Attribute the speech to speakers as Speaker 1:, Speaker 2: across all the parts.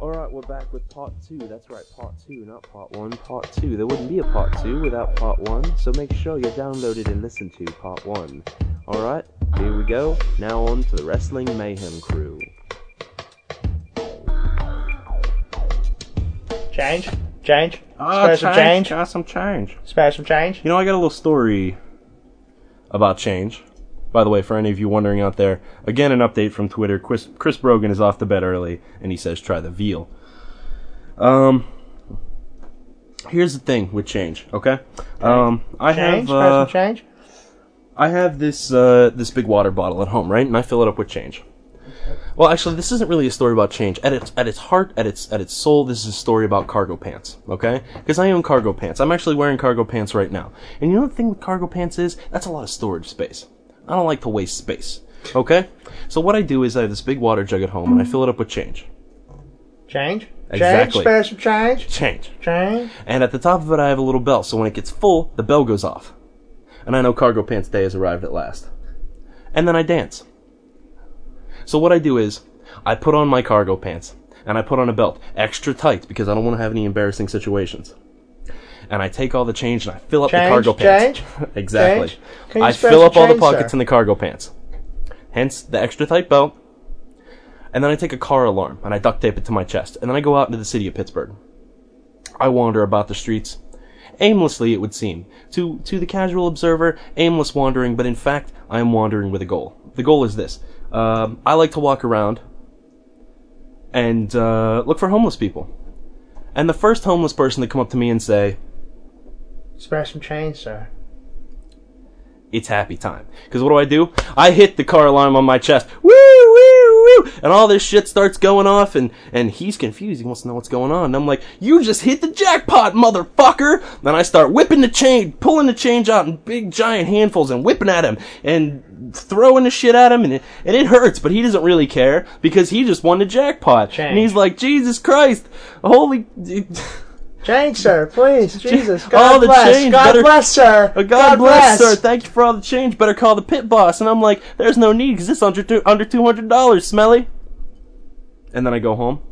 Speaker 1: Alright, we're back with part two. That's right, part two, not part one. Part two. There wouldn't be a part two without part one, so make sure you downloaded and listened to part one. Alright, here we go. Now on to the Wrestling Mayhem crew.
Speaker 2: Change, change,
Speaker 3: Ah,
Speaker 2: Spare some change.
Speaker 3: Ah, some change.
Speaker 2: spare some change.
Speaker 3: You know, I got a little story about change. By the way, for any of you wondering out there, again, an update from Twitter. Chris, Chris Brogan is off the bed early, and he says, try the veal. Um, here's the thing with change, okay? Um, I
Speaker 2: Change,
Speaker 3: have,
Speaker 2: spare
Speaker 3: uh,
Speaker 2: some change.
Speaker 3: I have this, uh, this big water bottle at home, right? And I fill it up with change. Well, actually, this isn't really a story about change. At its at its heart, at its at its soul, this is a story about cargo pants. Okay, because I own cargo pants. I'm actually wearing cargo pants right now. And you know the thing with cargo pants is that's a lot of storage space. I don't like to waste space. Okay, so what I do is I have this big water jug at home and I fill it up with change.
Speaker 2: Change, change,
Speaker 3: Exactly.
Speaker 2: spare some change.
Speaker 3: Change.
Speaker 2: Change.
Speaker 3: And at the top of it, I have a little bell. So when it gets full, the bell goes off. And I know cargo pants day has arrived at last. And then I dance. So what I do is, I put on my cargo pants and I put on a belt, extra tight because I don't want to have any embarrassing situations. And I take all the change and I fill up the
Speaker 2: Change,
Speaker 3: cargo pants.
Speaker 2: change,
Speaker 3: exactly.
Speaker 2: change. Can you
Speaker 3: I
Speaker 2: spare
Speaker 3: fill
Speaker 2: some
Speaker 3: up all the
Speaker 2: change,
Speaker 3: pockets
Speaker 2: sir?
Speaker 3: in the cargo pants. Hence the extra tight belt. And then I take a car alarm and I duct tape it to my chest. And then I go out into the city of Pittsburgh. I wander about the streets. Aimlessly, it would seem. To, to the casual observer, aimless wandering, but in fact, I am wandering with a goal. The goal is this. Um, I like to walk around and uh, look for homeless people. And the first homeless person to come up to me and say,
Speaker 2: Spare some change, sir.
Speaker 3: it's happy time. Because what do I do? I hit the car alarm on my chest. Woo, woo, woo. And all this shit starts going off, and, and he's confused. He wants to know what's going on. And I'm like, You just hit the jackpot, motherfucker! Then I start whipping the change, pulling the change out in big giant handfuls and whipping at him and throwing the shit at him, and it, and it hurts, but he doesn't really care because he just won the jackpot.
Speaker 2: Change.
Speaker 3: And he's like, Jesus Christ, holy.
Speaker 2: Change, sir, please. Jesus, God
Speaker 3: All the
Speaker 2: bless.
Speaker 3: change
Speaker 2: God
Speaker 3: better-
Speaker 2: bless, sir.
Speaker 3: Uh, God, bless, sir. Thank you for all the change. Better call the pit boss. And I'm like, there's no need because it's under two, under two hundred dollars, Smelly. And then I go home.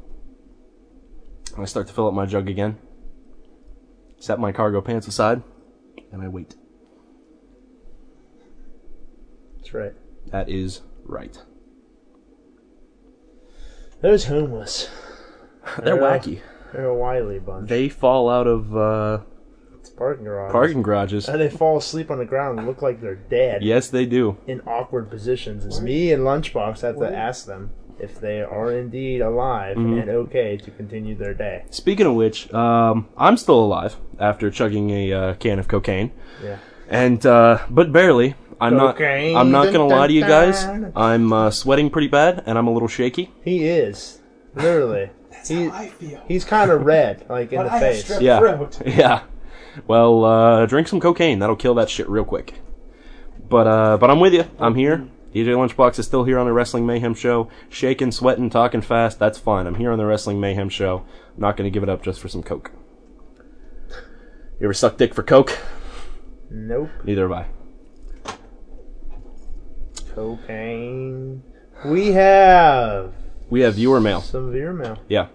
Speaker 3: And I start to fill up my jug again. Set my cargo pants aside, and I wait.
Speaker 2: That's right.
Speaker 3: That is right.
Speaker 2: Those homeless.
Speaker 3: They're
Speaker 2: Yeah.
Speaker 3: wacky.
Speaker 2: They're a wily bunch.
Speaker 3: They fall out of uh,
Speaker 2: It's parking garage.
Speaker 3: parking garages.
Speaker 2: And they fall asleep on the ground and look like they're dead
Speaker 3: Yes, they do.
Speaker 2: in awkward positions. It's me and Lunchbox have to ask them if they are indeed alive
Speaker 3: Mm-hmm.
Speaker 2: and okay to continue their day.
Speaker 3: Speaking of which, um, I'm still alive after chugging a uh, can of cocaine.
Speaker 2: Yeah.
Speaker 3: and uh, but barely. I'm
Speaker 2: Cocaine.
Speaker 3: not. I'm not gonna
Speaker 2: Dun,
Speaker 3: lie to you
Speaker 2: dun,
Speaker 3: guys.
Speaker 2: dun.
Speaker 3: I'm uh, sweating pretty bad, and I'm a little shaky.
Speaker 2: He is. Literally. he,
Speaker 4: I feel.
Speaker 2: he's kind of red, like in
Speaker 4: But
Speaker 2: the
Speaker 4: I have
Speaker 2: face.
Speaker 4: strep
Speaker 3: Yeah.
Speaker 4: throat.
Speaker 3: Yeah. Well, uh, drink some cocaine. That'll kill that shit real quick. But uh, but I'm with you. I'm here. DJ Lunchbox is still here on the Wrestling Mayhem show, shaking, sweating, talking fast. That's fine. I'm here on the Wrestling Mayhem show. I'm not gonna give it up just for some coke. You ever suck dick for coke?
Speaker 2: Nope.
Speaker 3: Neither have I.
Speaker 2: Cocaine. We have
Speaker 3: We have viewer mail.
Speaker 2: some viewer mail.
Speaker 3: Yeah.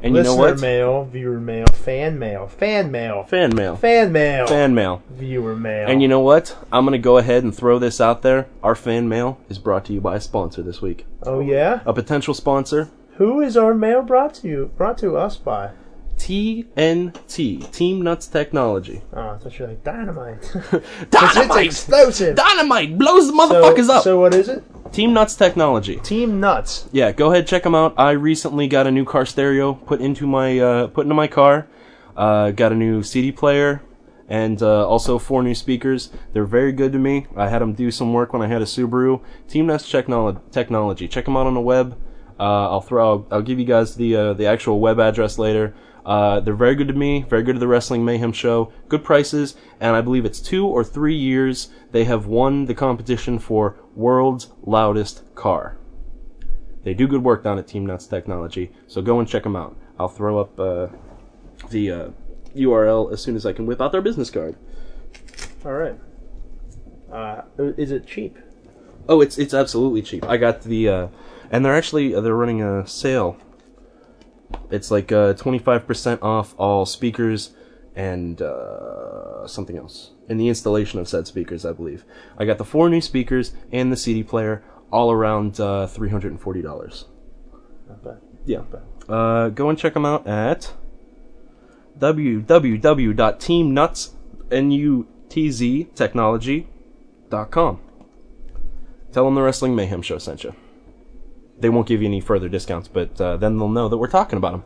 Speaker 3: And you
Speaker 2: Listener
Speaker 3: know what?
Speaker 2: mail, viewer mail, fan mail, fan mail,
Speaker 3: Fan mail.
Speaker 2: fan mail,
Speaker 3: Fan mail.
Speaker 2: viewer mail.
Speaker 3: And you know what? I'm going to go ahead and throw this out there. Our fan mail is brought to you by a sponsor this week.
Speaker 2: oh yeah,
Speaker 3: A potential sponsor,
Speaker 2: who is our mail brought to you? Brought to us by?
Speaker 3: TNT, Team Nuts Technology.
Speaker 2: Oh, I thought you were like dynamite. it's
Speaker 3: Dynamite!
Speaker 2: explosive.
Speaker 3: Dynamite blows the
Speaker 2: so,
Speaker 3: motherfuckers up.
Speaker 2: so what is it?
Speaker 3: Team Nuts Technology.
Speaker 2: Team Nuts.
Speaker 3: Yeah, go ahead check them out. I recently got a new car stereo put into my uh, put into my car. Uh, got a new CD player and uh, also four new speakers. They're very good to me. I had them do some work when I had a Subaru. Team Nest Technolo- Technology. Check them out on the web. Uh, I'll throw. I'll, I'll give you guys the uh, the actual web address later. Uh, they're very good to me. Very good to the Wrestling Mayhem show. Good prices, and I believe it's two or three years they have won the competition for world's loudest car. They do good work down at Team Nuts Technology, so go and check them out. I'll throw up uh, the uh, URL as soon as I can whip out their business card.
Speaker 2: All right. Uh, is it cheap?
Speaker 3: Oh, uh, it's it's absolutely cheap. I got the, uh, and they're actually they're running a sale It's like uh, 25% off all speakers and uh, something else. And the installation of said speakers, I believe. I got the four new speakers and the CD player all around uh, $340.
Speaker 2: Not bad.
Speaker 3: Yeah. Uh, go and check them out at www.teamnutsnutztechnology.com. Tell them the Wrestling Mayhem Show sent you. They won't give you any further discounts, but uh, then they'll know that we're talking about them.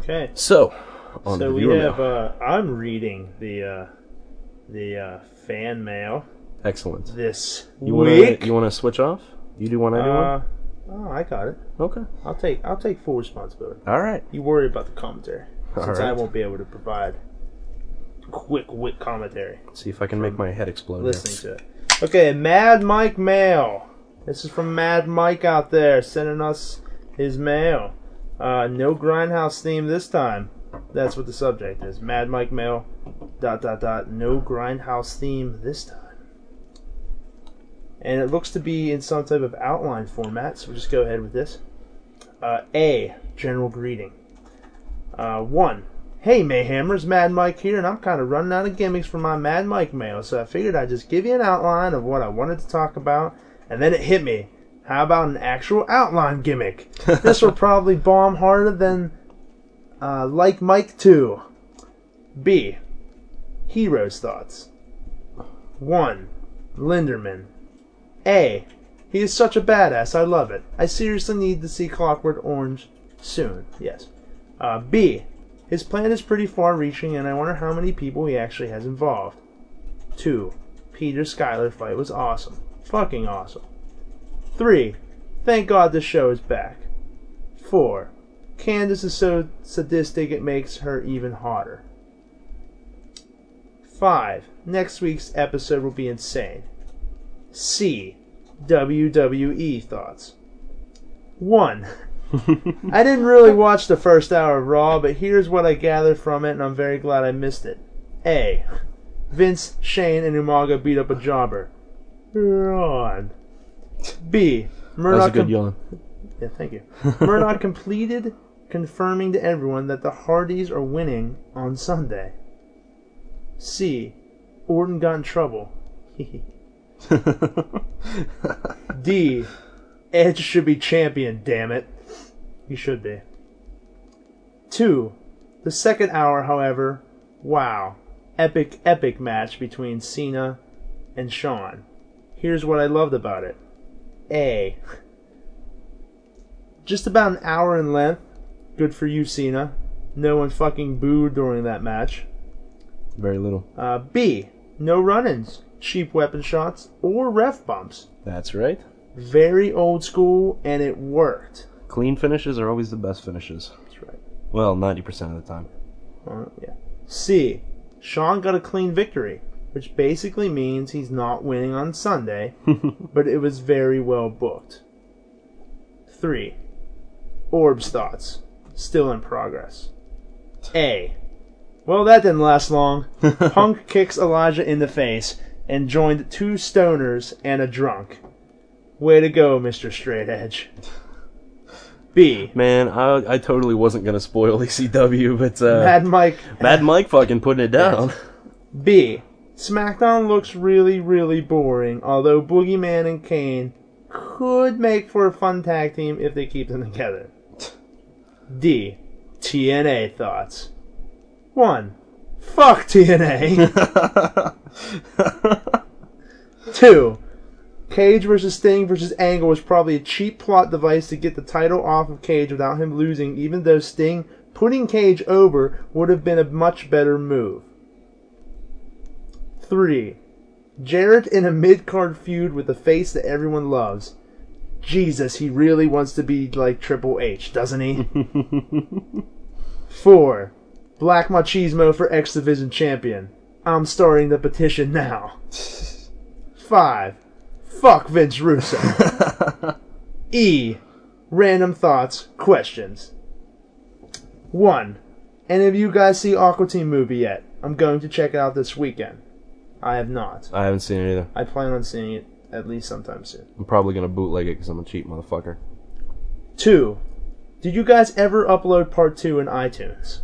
Speaker 2: Okay.
Speaker 3: So, on to
Speaker 2: So
Speaker 3: the
Speaker 2: we
Speaker 3: viewer
Speaker 2: have.
Speaker 3: mail.
Speaker 2: Uh, I'm reading the uh, the uh, fan mail
Speaker 3: Excellent.
Speaker 2: this
Speaker 3: You want
Speaker 2: week.
Speaker 3: to you want to switch off? You do one, I do
Speaker 2: uh, oh, I got it.
Speaker 3: one. Okay.
Speaker 2: I'll take I'll take full responsibility.
Speaker 3: All right.
Speaker 2: You worry about the commentary
Speaker 3: All
Speaker 2: since I
Speaker 3: right.
Speaker 2: won't be able to provide quick wit commentary.
Speaker 3: See if I can make my head explode. here.
Speaker 2: listening to it. Okay, Mad Mike Mail. This is from Mad Mike out there sending us his mail. Uh, no grindhouse theme this time. That's what the subject is. Mad Mike Mail. Dot dot dot. No grindhouse theme this time. And it looks to be in some type of outline format, so we'll just go ahead with this. Uh, A. General greeting. Uh, one. Hey Mayhammers, Mad Mike here, and I'm kind of running out of gimmicks for my Mad Mike mail, so I figured I'd just give you an outline of what I wanted to talk about, and then it hit me. How about an actual outline gimmick? this will probably bomb harder than uh, Like Mike 2. B. Heroes Thoughts. 1. Linderman. A. He is such a badass, I love it. I seriously need to see Clockwork Orange soon. Yes. Uh, B. His plan is pretty far reaching, and I wonder how many people he actually has involved. 2. Peter Skylar fight was awesome. Fucking awesome. 3. Thank God this show is back. 4. Candace is so sadistic it makes her even hotter. 5. Next week's episode will be insane. C. WWE thoughts. 1. I didn't really watch the first hour of Raw, but here's what I gathered from it, and I'm very glad I missed it. A. Vince, Shane, and Umaga beat up a jobber. Yawn. B.
Speaker 3: That was a
Speaker 2: Murdoch
Speaker 3: good yawn.
Speaker 2: yeah, thank you. Murdoch completed confirming to everyone that the Hardys are winning on Sunday. C. Orton got in trouble. D. Edge should be champion, damn it. He should be. Two. The second hour, however, wow. Epic, epic match between Cena and Shawn. Here's what I loved about it. A just about an hour in length. Good for you, Cena. No one fucking booed during that match.
Speaker 3: Very little.
Speaker 2: Uh, B. No run ins, cheap weapon shots, or ref bumps.
Speaker 3: That's right.
Speaker 2: Very old school, and it worked.
Speaker 3: Clean finishes are always the best finishes.
Speaker 2: That's right.
Speaker 3: Well, 90% of the time.
Speaker 2: Uh, yeah. C. Sean got a clean victory, which basically means he's not winning on Sunday, but it was very well booked. 3. Orb's thoughts. Still in progress. A. Well, that didn't last long. Punk kicks Elijah in the face and joined two stoners and a drunk. Way to go, Mr. Straight Edge. B.
Speaker 3: Man, I, I totally wasn't going to spoil ECW, but uh,
Speaker 2: Mad Mike
Speaker 3: Mad Mike fucking putting it down.
Speaker 2: B. SmackDown looks really, really boring, although Boogeyman and Kane could make for a fun tag team if they keep them together. D. TNA thoughts. 1. Fuck TNA. 2. Cage versus Sting versus Angle was probably a cheap plot device to get the title off of Cage without him losing, even though Sting putting Cage over would have been a much better move. 3. Jarrett in a mid card feud with a face that everyone loves. Jesus, he really wants to be like Triple H, doesn't he? 4. Black Machismo for X Division Champion. I'm starting the petition now. 5. Fuck Vince Russo. e. Random thoughts, questions. 1. Any of you guys see Aqua Teen movie yet? I'm going to check it out this weekend. I have not.
Speaker 3: I haven't seen it either.
Speaker 2: I plan on seeing it at least sometime soon.
Speaker 3: I'm probably going to bootleg it because I'm a cheap motherfucker.
Speaker 2: Two, Did you guys ever upload part two in iTunes?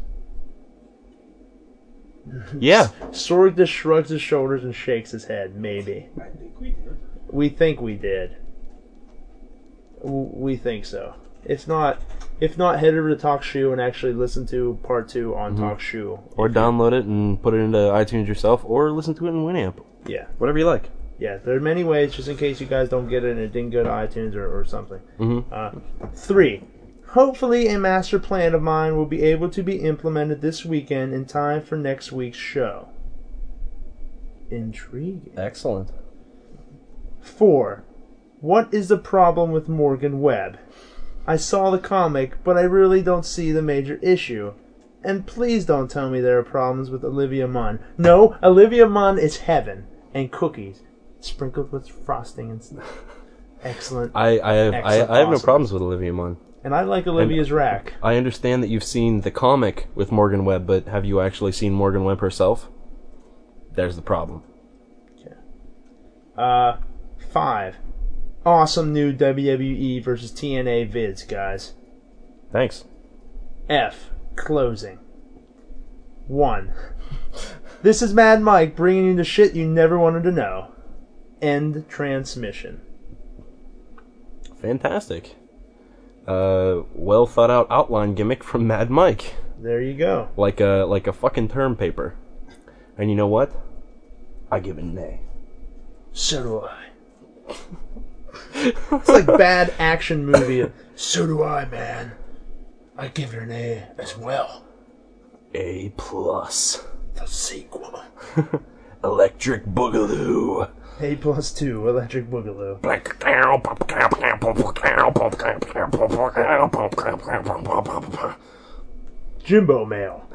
Speaker 3: Yeah.
Speaker 2: Sorg just shrugs his shoulders and shakes his head. Maybe.
Speaker 4: I think we did.
Speaker 2: We think we did. W- We think so. If not, if not, head over to Talk Shoe and actually listen to part two on Talk Shoe.
Speaker 3: Or download it and put it into iTunes yourself, or listen to it in Winamp.
Speaker 2: Yeah,
Speaker 3: Whatever you like.
Speaker 2: yeah. There are many ways, just in case you guys don't get it and it didn't go to iTunes or, or something.
Speaker 3: Mhm.
Speaker 2: Uh, three. Hopefully, a master plan of mine will be able to be implemented this weekend in time for next week's show. Intriguing.
Speaker 3: Excellent.
Speaker 2: Four. What is the problem with Morgan Webb? I saw the comic, but I really don't see the major issue. And please don't tell me there are problems with Olivia Munn. No, Olivia Munn is heaven and cookies sprinkled with frosting and stuff. Excellent.
Speaker 3: I I have
Speaker 2: Excellent,
Speaker 3: I, I have no
Speaker 2: awesome.
Speaker 3: problems with Olivia Munn.
Speaker 2: And I like Olivia's rack.
Speaker 3: I understand that you've seen the comic with Morgan Webb, but have you actually seen Morgan Webb herself? There's the problem.
Speaker 2: Uh, five. Awesome new WWE versus TNA vids, guys.
Speaker 3: Thanks.
Speaker 2: F. Closing. 1. This is Mad Mike bringing you the shit you never wanted to know. End transmission.
Speaker 3: Fantastic. Uh, well thought out outline gimmick from Mad Mike,
Speaker 2: There you go.
Speaker 3: like a like a fucking term paper. And you know what? I give it an A.
Speaker 2: So do I. it's like bad action movie. So do I, man. I give it an A as well.
Speaker 3: A plus.
Speaker 2: The sequel.
Speaker 3: Electric Boogaloo.
Speaker 2: A plus two, Electric Boogaloo. Jimbo mail.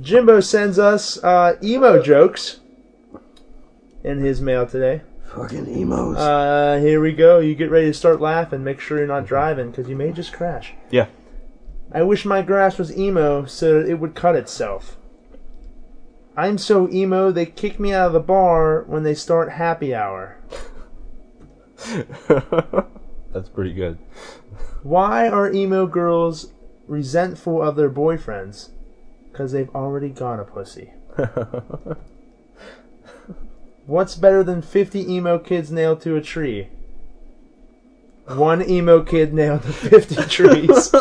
Speaker 2: Jimbo sends us uh, emo jokes in his mail today.
Speaker 3: Fucking emos.
Speaker 2: Uh, here we go. You get ready to start laughing. Make sure you're not driving because you may just crash.
Speaker 3: yeah.
Speaker 2: I wish my grass was emo so that it would cut itself. I'm so emo they kick me out of the bar when they start happy hour.
Speaker 3: That's pretty good.
Speaker 2: Why are emo girls resentful of their boyfriends? Because they've already got a pussy. What's better than 50 emo kids nailed to a tree? One emo kid nailed to 50 trees.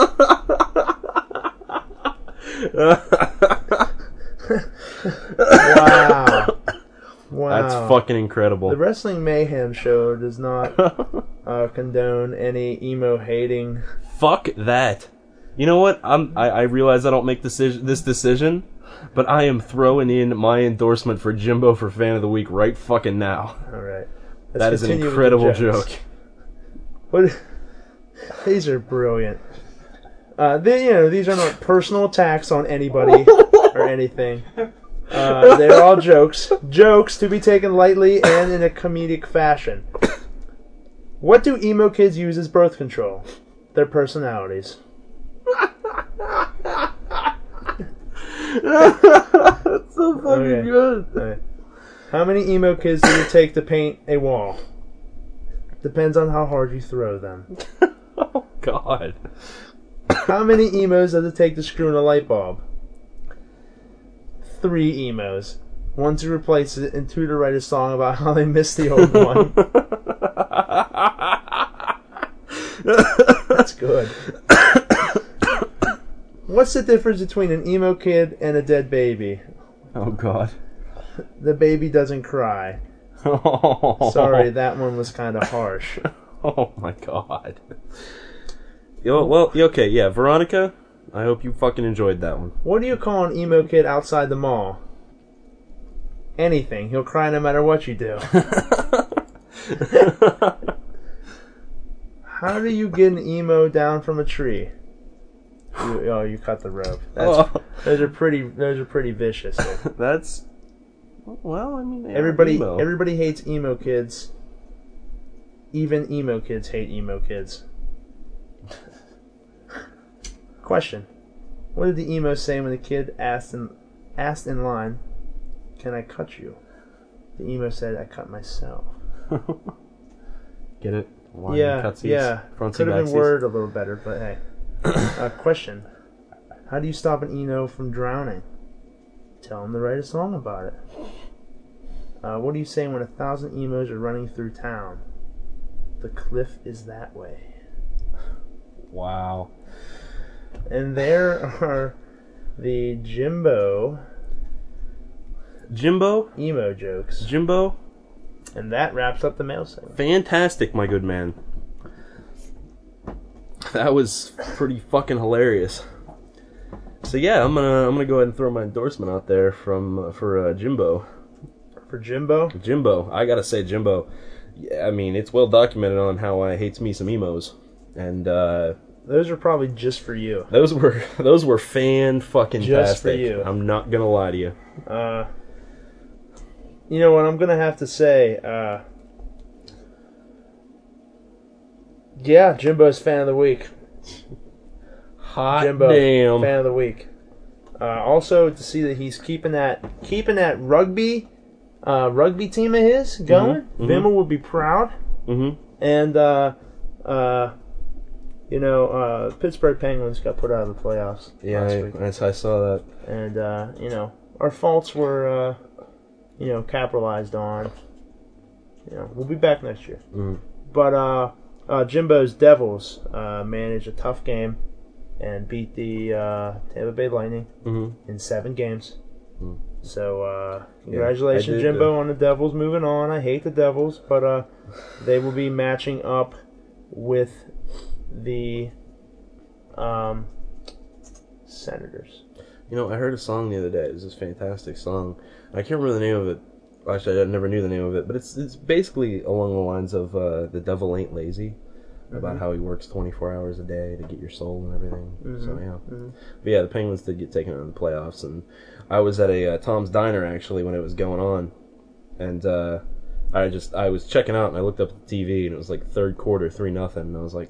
Speaker 2: wow. Wow.
Speaker 3: That's fucking incredible.
Speaker 2: The Wrestling Mayhem show does not uh, condone any emo hating.
Speaker 3: Fuck that. You know what? I'm, I, I realize I don't make decision, this decision, but I am throwing in my endorsement for Jimbo for Fan of the Week right fucking now.
Speaker 2: All right. Let's
Speaker 3: That is an
Speaker 2: continue with the
Speaker 3: incredible
Speaker 2: jokes.
Speaker 3: joke.
Speaker 2: What? These are brilliant. Uh, they, you know, these are not personal attacks on anybody or anything. Uh, they're all jokes, jokes to be taken lightly and in a comedic fashion. What do emo kids use as birth control? Their personalities.
Speaker 3: So fucking
Speaker 2: Okay.
Speaker 3: good.
Speaker 2: Alright. How many emo kids do you take to paint a wall? Depends on how hard you throw them.
Speaker 3: Oh god.
Speaker 2: How many emos does it take to screw in a light bulb? Three emos. One to replace it, and two to write a song about how they miss the old one. That's good. What's the difference between an emo kid and a dead baby?
Speaker 3: Oh god.
Speaker 2: The baby doesn't cry. Sorry, that one was kind of harsh.
Speaker 3: Oh my god. Yo, well, okay, yeah, Veronica. I hope you fucking enjoyed that one.
Speaker 2: What do you call an emo kid outside the mall? Anything. He'll cry no matter what you do. How do you get an emo down from a tree? You, oh, you cut the rope. That's,
Speaker 3: Oh,
Speaker 2: Those are pretty. Those are pretty vicious.
Speaker 3: that's well. I mean, they are
Speaker 2: Everybody.
Speaker 3: emo.
Speaker 2: Everybody hates emo kids. Even emo kids hate emo kids. Question: What did the emo say when the kid asked in asked in line, "Can I cut you?" The emo said, "I cut myself."
Speaker 3: get it. Wine
Speaker 2: yeah,
Speaker 3: cutsies,
Speaker 2: yeah.
Speaker 3: frontsy,
Speaker 2: Could have been
Speaker 3: backsies.
Speaker 2: worded a little better, but hey. uh, question: How do you stop an Eno from drowning? Tell him to write a song about it. Uh, what do you say when a thousand emos are running through town? The cliff is that way,
Speaker 3: Wow.
Speaker 2: and there are the Jimbo
Speaker 3: Jimbo,
Speaker 2: emo jokes,
Speaker 3: Jimbo,
Speaker 2: and that wraps up the mail segment.
Speaker 3: fantastic, my good man. That was pretty fucking hilarious. So yeah, I'm gonna I'm gonna go ahead and throw my endorsement out there from uh, for uh, Jimbo.
Speaker 2: For Jimbo,
Speaker 3: Jimbo, I gotta say, Jimbo. Yeah, I mean, it's well documented on how I hates me some emos, and uh,
Speaker 2: those are probably just for you.
Speaker 3: those were those were fan fucking
Speaker 2: Just for you.
Speaker 3: I'm not gonna lie to you.
Speaker 2: Uh, you know what I'm gonna have to say. Uh, yeah, Jimbo's fan of the week.
Speaker 3: Hot
Speaker 2: Jimbo,
Speaker 3: damn!
Speaker 2: fan of the week. Uh, also, to see that he's keeping that keeping that rugby uh, rugby team of his going.
Speaker 3: mhm.
Speaker 2: Bimmer would be proud.
Speaker 3: Mm-hmm.
Speaker 2: And uh, uh, you know, uh, Pittsburgh Penguins got put out of the playoffs
Speaker 3: Yeah,
Speaker 2: last week,
Speaker 3: I, I saw that.
Speaker 2: and uh, you know, our faults were uh, you know capitalized on. You know, we'll be back next year.
Speaker 3: Mm.
Speaker 2: But uh, uh, Jimbo's Devils uh, managed a tough game and beat the uh, Tampa Bay Lightning
Speaker 3: Mm-hmm.
Speaker 2: in seven games.
Speaker 3: Mm.
Speaker 2: So uh, congratulations,
Speaker 3: I did,
Speaker 2: Jimbo,
Speaker 3: uh,
Speaker 2: on the Devils moving on. I hate the Devils, but uh, they will be matching up with the um, Senators.
Speaker 3: You know, I heard a song the other day. It was this fantastic song. I can't remember the name of it. Actually, I never knew the name of it, but it's it's basically along the lines of uh, "The Devil Ain't Lazy," about how he works 24 hours a day to get your soul and everything. So yeah,
Speaker 2: Mhm.
Speaker 3: but yeah, the Penguins did get taken out of the playoffs, and I was at a uh, Tom's Diner actually when it was going on, and uh, I just I was checking out and I looked up at the TV and it was like third quarter, three nothing, and I was like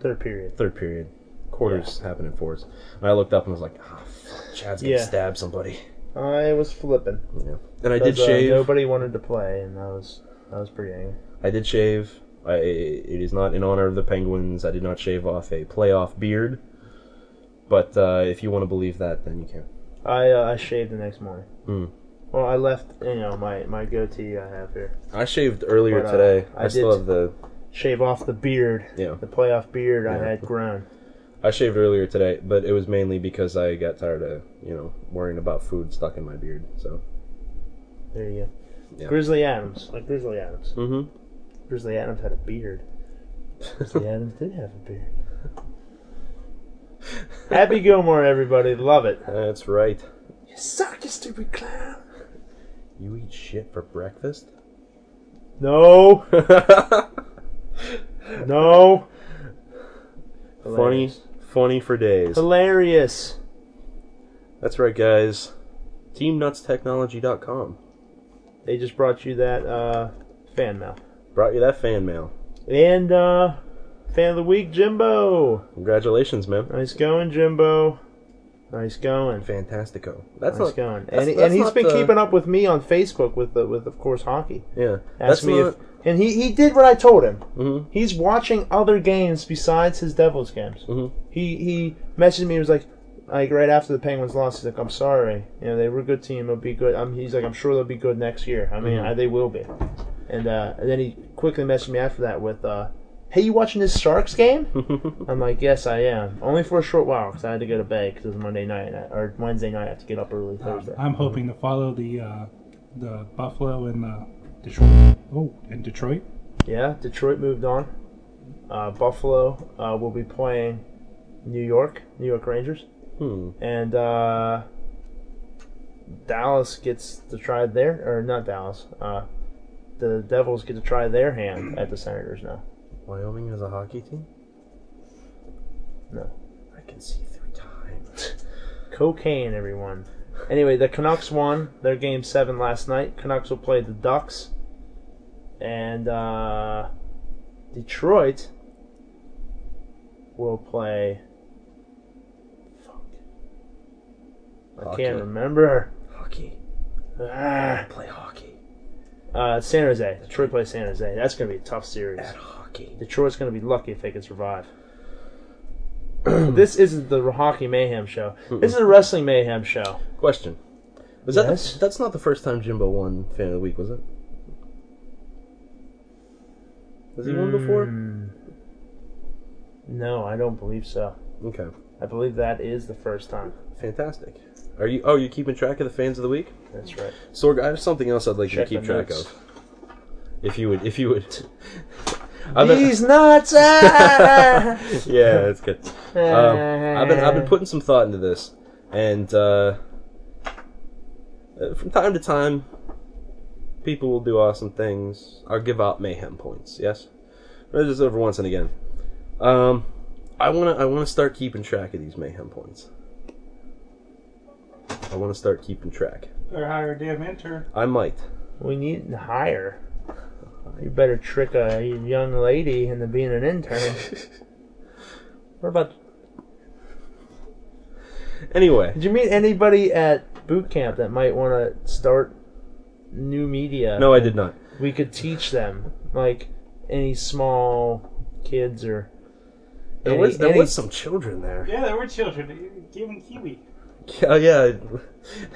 Speaker 2: Third period.
Speaker 3: third period. Quarters happen in fours. And I looked up and was like, ah, fuck, Chad's gonna
Speaker 2: Yeah.
Speaker 3: stab somebody.
Speaker 2: I was flipping.
Speaker 3: Yeah. And I did
Speaker 2: because, uh,
Speaker 3: shave.
Speaker 2: nobody wanted to play, and I was I was pretty angry.
Speaker 3: I did shave. I, it is not in honor of the Penguins. I did not shave off a playoff beard. But uh, if you want to believe that, then you can.
Speaker 2: I uh, I shaved the next morning.
Speaker 3: Hmm.
Speaker 2: Well, I left you know my my goatee I have here.
Speaker 3: I shaved earlier
Speaker 2: But, uh,
Speaker 3: today. I,
Speaker 2: I
Speaker 3: still
Speaker 2: did-
Speaker 3: have the
Speaker 2: Shave off the beard,
Speaker 3: yeah.
Speaker 2: the playoff beard I
Speaker 3: Yeah.
Speaker 2: had grown.
Speaker 3: I shaved earlier today, but it was mainly because I got tired of you know worrying about food stuck in my beard. So
Speaker 2: There you go.
Speaker 3: Yeah.
Speaker 2: Grizzly Adams, like Grizzly Adams.
Speaker 3: mm-hmm.
Speaker 2: Grizzly Adams had a beard. Grizzly Adams did have a beard. Happy Gilmore, everybody, love it.
Speaker 3: that's right.
Speaker 2: You suck, you stupid clown.
Speaker 3: You eat shit for breakfast.
Speaker 2: No, no.
Speaker 3: funny, funny for days.
Speaker 2: Hilarious.
Speaker 3: That's right, guys. TeamNutsTechnology.com
Speaker 2: They just brought you that uh, fan mail.
Speaker 3: brought you that fan mail.
Speaker 2: And uh, fan of the week, Jimbo.
Speaker 3: Congratulations, man.
Speaker 2: Nice going, Jimbo. Nice going.
Speaker 3: Fantastico. That's
Speaker 2: nice
Speaker 3: not,
Speaker 2: going.
Speaker 3: that's-
Speaker 2: and, he-
Speaker 3: that's
Speaker 2: and he's
Speaker 3: not
Speaker 2: been
Speaker 3: the-
Speaker 2: keeping up with me on Facebook with the, with of course hockey.
Speaker 3: Yeah.
Speaker 2: Asked me if and he, he did what I told him.
Speaker 3: Mhm.
Speaker 2: He's watching other games besides his Devils games.
Speaker 3: Mhm.
Speaker 2: He he messaged me. He was like, like right after the Penguins lost, he's like, "I'm sorry. You know, they were a good team. They'll be good." I'm, he's like, "I'm sure they'll be good next year. I mean,
Speaker 3: Mhm.
Speaker 2: I, they will be." And, uh, and then he quickly messaged me after that with, uh, "Hey, you watching this Sharks game?"
Speaker 3: Mm-hmm.
Speaker 2: I'm like, "Yes, I am. Only for a short while because I had to go to bed because it was Monday night and I- or Wednesday night. I have to get up early Thursday."
Speaker 4: I'm hoping to follow the uh, the Buffalo and uh, Detroit. Oh, and Detroit.
Speaker 2: Yeah, Detroit moved on. Uh, Buffalo uh, will be playing New York, New York Rangers,
Speaker 3: hmm.
Speaker 2: and uh, Dallas gets to try their or not Dallas. Uh, the Devils get to try their hand at the Senators now.
Speaker 3: Wyoming has a hockey team?
Speaker 2: No.
Speaker 3: I can see through time.
Speaker 2: Cocaine, everyone. Anyway, the Canucks won their game seven last night. Canucks will play the Ducks, and uh, Detroit will play. Fuck, I
Speaker 3: Hockey.
Speaker 2: can't remember.
Speaker 3: Hockey.
Speaker 2: Ah.
Speaker 3: Play hockey.
Speaker 2: Uh, San Jose. Detroit plays San Jose. That's gonna be a tough series.
Speaker 3: hockey. lucky.
Speaker 2: Detroit's going to be lucky if they can survive. this isn't the Hockey Mayhem show. This is a Wrestling Mayhem show.
Speaker 3: Question. Was that
Speaker 2: Yes?
Speaker 3: the, that's not the first time Jimbo won Fan of the Week, was it? Was he won
Speaker 2: Mm.
Speaker 3: before?
Speaker 2: No, I don't believe so.
Speaker 3: Okay.
Speaker 2: I believe that is the first time.
Speaker 3: Fantastic. Are you oh you're keeping track of the fans of the week?
Speaker 2: That's right.
Speaker 3: Sorg, I have something else I'd like
Speaker 2: Check
Speaker 3: you to keep
Speaker 2: the
Speaker 3: track
Speaker 2: notes.
Speaker 3: of. If you would if you would I've been-
Speaker 2: These nuts! ah!
Speaker 3: yeah, that's good. Um, I've been
Speaker 2: Uh.
Speaker 3: I've been putting some thought into this, and uh, uh, from time to time, people will do awesome things. I'll give out mayhem points. Yes, Or just over once and again. Um, I wanna I wanna start keeping track of these mayhem points. I want to start keeping track.
Speaker 4: Or hire a damn intern.
Speaker 3: I might.
Speaker 2: We need to hire. You better trick a young lady into being an intern. what about?
Speaker 3: Anyway,
Speaker 2: Did you meet anybody at boot camp that might want to start new media?
Speaker 3: no, I did not.
Speaker 2: We could teach them, like any small kids or.
Speaker 3: There
Speaker 2: any-
Speaker 3: was there
Speaker 2: any-
Speaker 3: was some children there.
Speaker 4: Yeah, there were children. Give them kiwi.
Speaker 3: Oh yeah.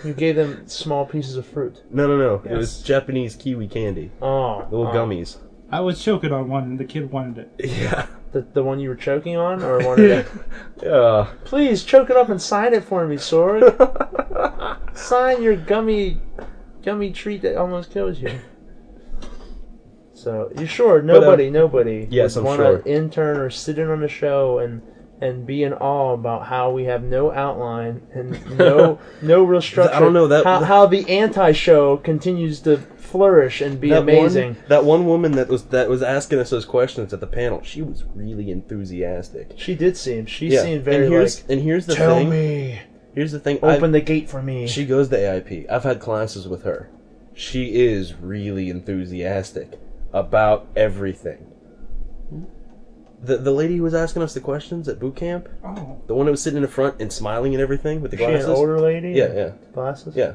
Speaker 2: You gave them small pieces of fruit.
Speaker 3: No no no. It
Speaker 4: Yes.
Speaker 3: was Japanese kiwi candy.
Speaker 2: Oh,
Speaker 3: Little
Speaker 2: oh.
Speaker 3: gummies.
Speaker 4: I was choking on one, and the kid wanted it.
Speaker 3: Yeah.
Speaker 2: The, the one you were choking on, or one of them?
Speaker 3: Uh,
Speaker 2: Please choke it up and sign it for me, Sword. sign your gummy, gummy treat that almost kills you. So you sure nobody, nobody,
Speaker 3: uh, yes,
Speaker 2: would
Speaker 3: I'm sure.
Speaker 2: wanna intern or sit in on the show and and be in awe about how we have no outline and no no real structure.
Speaker 3: don't know, that-
Speaker 2: how, how the anti-show continues to flourish and be amazing.
Speaker 3: One, that one woman that was that was asking us those questions at the panel, she was really enthusiastic.
Speaker 2: She did seem. She seemed
Speaker 3: and
Speaker 2: very
Speaker 3: here's
Speaker 2: like.
Speaker 3: and here's the
Speaker 2: Tell
Speaker 3: thing.
Speaker 2: me,
Speaker 3: Here's the thing.
Speaker 2: open
Speaker 3: I,
Speaker 2: the gate for me.
Speaker 3: she goes to AIP. I've had classes with her. She is really enthusiastic about everything. The the lady who was asking us the questions at boot camp,
Speaker 4: Oh,
Speaker 3: the one that was sitting in the front and smiling and everything with the
Speaker 2: Is she an
Speaker 3: glasses.
Speaker 2: older lady.
Speaker 3: yeah, yeah,
Speaker 2: Glasses.
Speaker 3: yeah.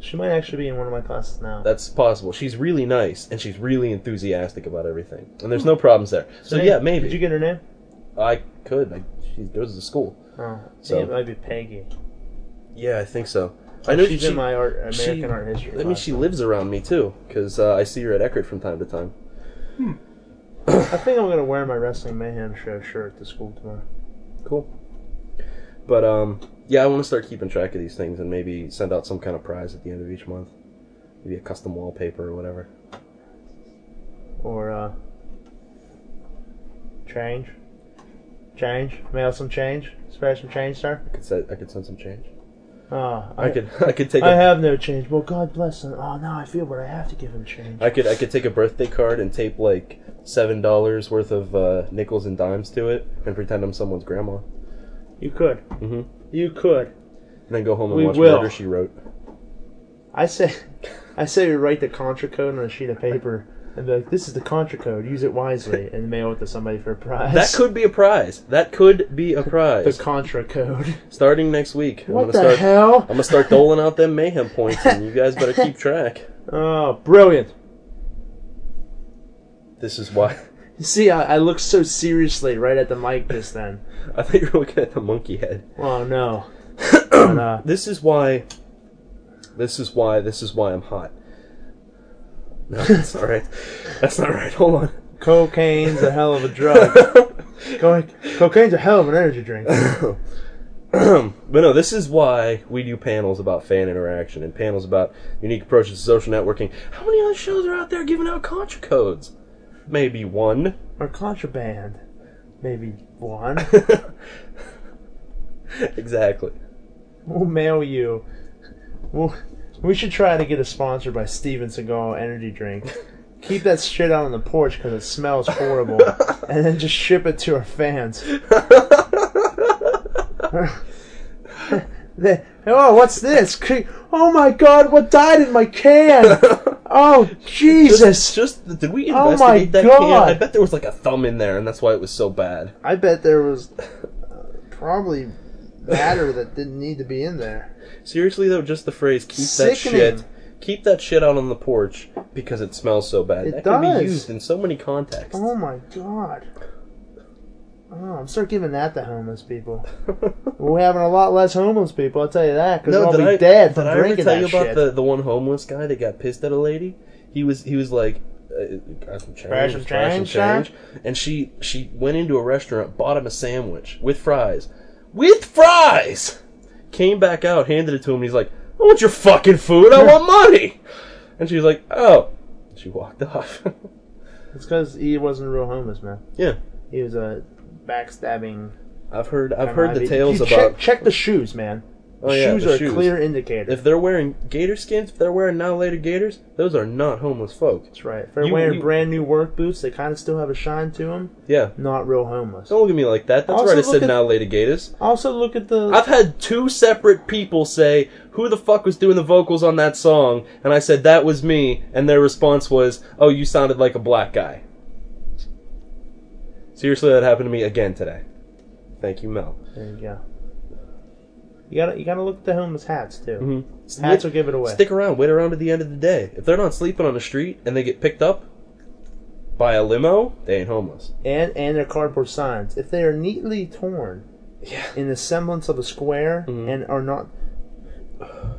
Speaker 2: She might actually be in one of my classes now.
Speaker 3: That's possible. She's really nice and she's really enthusiastic about everything. And there's no problems there. So
Speaker 2: Name?
Speaker 3: yeah, maybe.
Speaker 2: Hmm. Did you get her name?
Speaker 3: I could. I, she goes to school.
Speaker 2: Oh, I think
Speaker 3: So-
Speaker 2: it might be Peggy.
Speaker 3: Yeah, I think so. I know
Speaker 2: she's
Speaker 3: she,
Speaker 2: in my art, American
Speaker 3: she-
Speaker 2: art history.
Speaker 3: I mean,
Speaker 2: class.
Speaker 3: she lives around me too, because uh, I see her at Eckerd from time to time.
Speaker 2: I think I'm gonna wear my wrestling mayhem show shirt to school tomorrow.
Speaker 3: Cool. But um, yeah, I want to start keeping track of these things and maybe send out some kind of prize at the end of each month, maybe a custom wallpaper or whatever.
Speaker 2: Or uh, change, change, mail some change, spare some change, sir.
Speaker 3: I could send, I could send some change.
Speaker 2: Oh,
Speaker 3: I could I could take
Speaker 2: I
Speaker 3: a,
Speaker 2: have no change. Well, God bless him. Oh, now I feel what I have to give him change.
Speaker 3: I could I could take a birthday card and tape like seven dollars worth of uh, nickels and dimes to it and pretend I'm someone's grandma,
Speaker 2: You could.
Speaker 3: Mhm.
Speaker 2: You could.
Speaker 3: and then go home and
Speaker 2: We
Speaker 3: watch
Speaker 2: will.
Speaker 3: Murder She Wrote.
Speaker 2: I say, I say we write the contra code on a sheet of paper and be like, "This is the contra code. Use it wisely," and mail it to somebody for a prize.
Speaker 3: That could be a prize. That could be a
Speaker 2: the
Speaker 3: prize.
Speaker 2: contra code.
Speaker 3: Starting next week, I'm
Speaker 2: What
Speaker 3: gonna
Speaker 2: the
Speaker 3: start.
Speaker 2: hell?
Speaker 3: I'm gonna start doling out them mayhem points, and you guys better keep track.
Speaker 2: Oh, brilliant!
Speaker 3: This is why
Speaker 2: You see, I, I looked so seriously right at the mic just then.
Speaker 3: I thought you were looking at the monkey head.
Speaker 2: Oh no! But, uh,
Speaker 3: This is why. This is why. This is why I'm hot. No, that's not right. That's not right. Hold on.
Speaker 2: cocaine's a hell of a drug. Co- cocaine's a hell of an energy drink.
Speaker 3: But no, this is why we do panels about fan interaction and panels about unique approaches to social networking. How many other shows are out there giving out contra codes? Maybe one.
Speaker 2: or contraband, maybe one.
Speaker 3: exactly.
Speaker 2: We'll mail you. We'll, we should try to get a sponsor by Steven Seagal energy drink. Keep that shit out on the porch because it smells horrible, and then just ship it to our fans. They- oh, what's this? Cre- Oh my God! What died in my can? Oh Jesus!
Speaker 3: Just, just did we
Speaker 2: Oh
Speaker 3: investigate
Speaker 2: my
Speaker 3: that can?
Speaker 2: God.
Speaker 3: I bet there was like a thumb in there, and that's why it was so bad.
Speaker 2: I bet there was uh, probably matter that didn't need to be in there.
Speaker 3: Seriously though, just the phrase "keep that
Speaker 2: Sickening.
Speaker 3: shit, Keep that shit out on the porch because it smells so bad. that
Speaker 2: It
Speaker 3: can be
Speaker 2: does.
Speaker 3: used in so many contexts.
Speaker 2: Oh my god. Oh, I'm start giving that to homeless people. We're having a lot less homeless people, I'll tell you that, because
Speaker 3: no, did
Speaker 2: they'll be
Speaker 3: I,
Speaker 2: dead
Speaker 3: did
Speaker 2: from
Speaker 3: I ever
Speaker 2: drinking
Speaker 3: tell
Speaker 2: that
Speaker 3: you about
Speaker 2: shit.
Speaker 3: the, the one homeless guy that got pissed at a lady? He was he was like, uh, "Got some change,
Speaker 2: Crash some
Speaker 3: crash some
Speaker 2: change, sir?"
Speaker 3: change," and she she went into a restaurant, bought him a sandwich with fries, with fries. Came back out, handed it to him, and he's like, "I want your fucking food. I want money." And she was like, "Oh," she walked off.
Speaker 2: It's because he wasn't a real homeless, man.
Speaker 3: yeah,
Speaker 2: He was a backstabbing.
Speaker 3: I've heard I've heard the
Speaker 2: You
Speaker 3: tales
Speaker 2: check,
Speaker 3: about
Speaker 2: Check the shoes, man.
Speaker 3: Oh, yeah,
Speaker 2: shoes
Speaker 3: the
Speaker 2: are
Speaker 3: shoes.
Speaker 2: a clear indicator.
Speaker 3: if they're wearing gator skins, if they're wearing now later gators, those are not homeless folk.
Speaker 2: That's right. If they're
Speaker 3: You-
Speaker 2: wearing
Speaker 3: you-
Speaker 2: brand new work boots, they kind of still have a shine to them.
Speaker 3: Yeah,
Speaker 2: Not real homeless.
Speaker 3: Don't look at me like that. That's
Speaker 2: Also
Speaker 3: right. I
Speaker 2: look
Speaker 3: said
Speaker 2: at-
Speaker 3: now, Lady Gators.
Speaker 2: Also, look at the.
Speaker 3: I've had two separate people say, "Who the fuck was doing the vocals on that song?" And I said that was me, and their response was, "Oh, you sounded like a black guy." Seriously, that happened to me again today. Thank you, Mel.
Speaker 2: There you go. You gotta, you gotta look at the homeless hats too.
Speaker 3: Mm-hmm.
Speaker 2: Hats will give it away.
Speaker 3: Stick around. Wait around to the end of the day. If they're not sleeping on the street and they get picked up by a limo, they ain't homeless.
Speaker 2: and and their cardboard signs. If they are neatly torn
Speaker 3: Yeah.
Speaker 2: in the semblance of a square and are not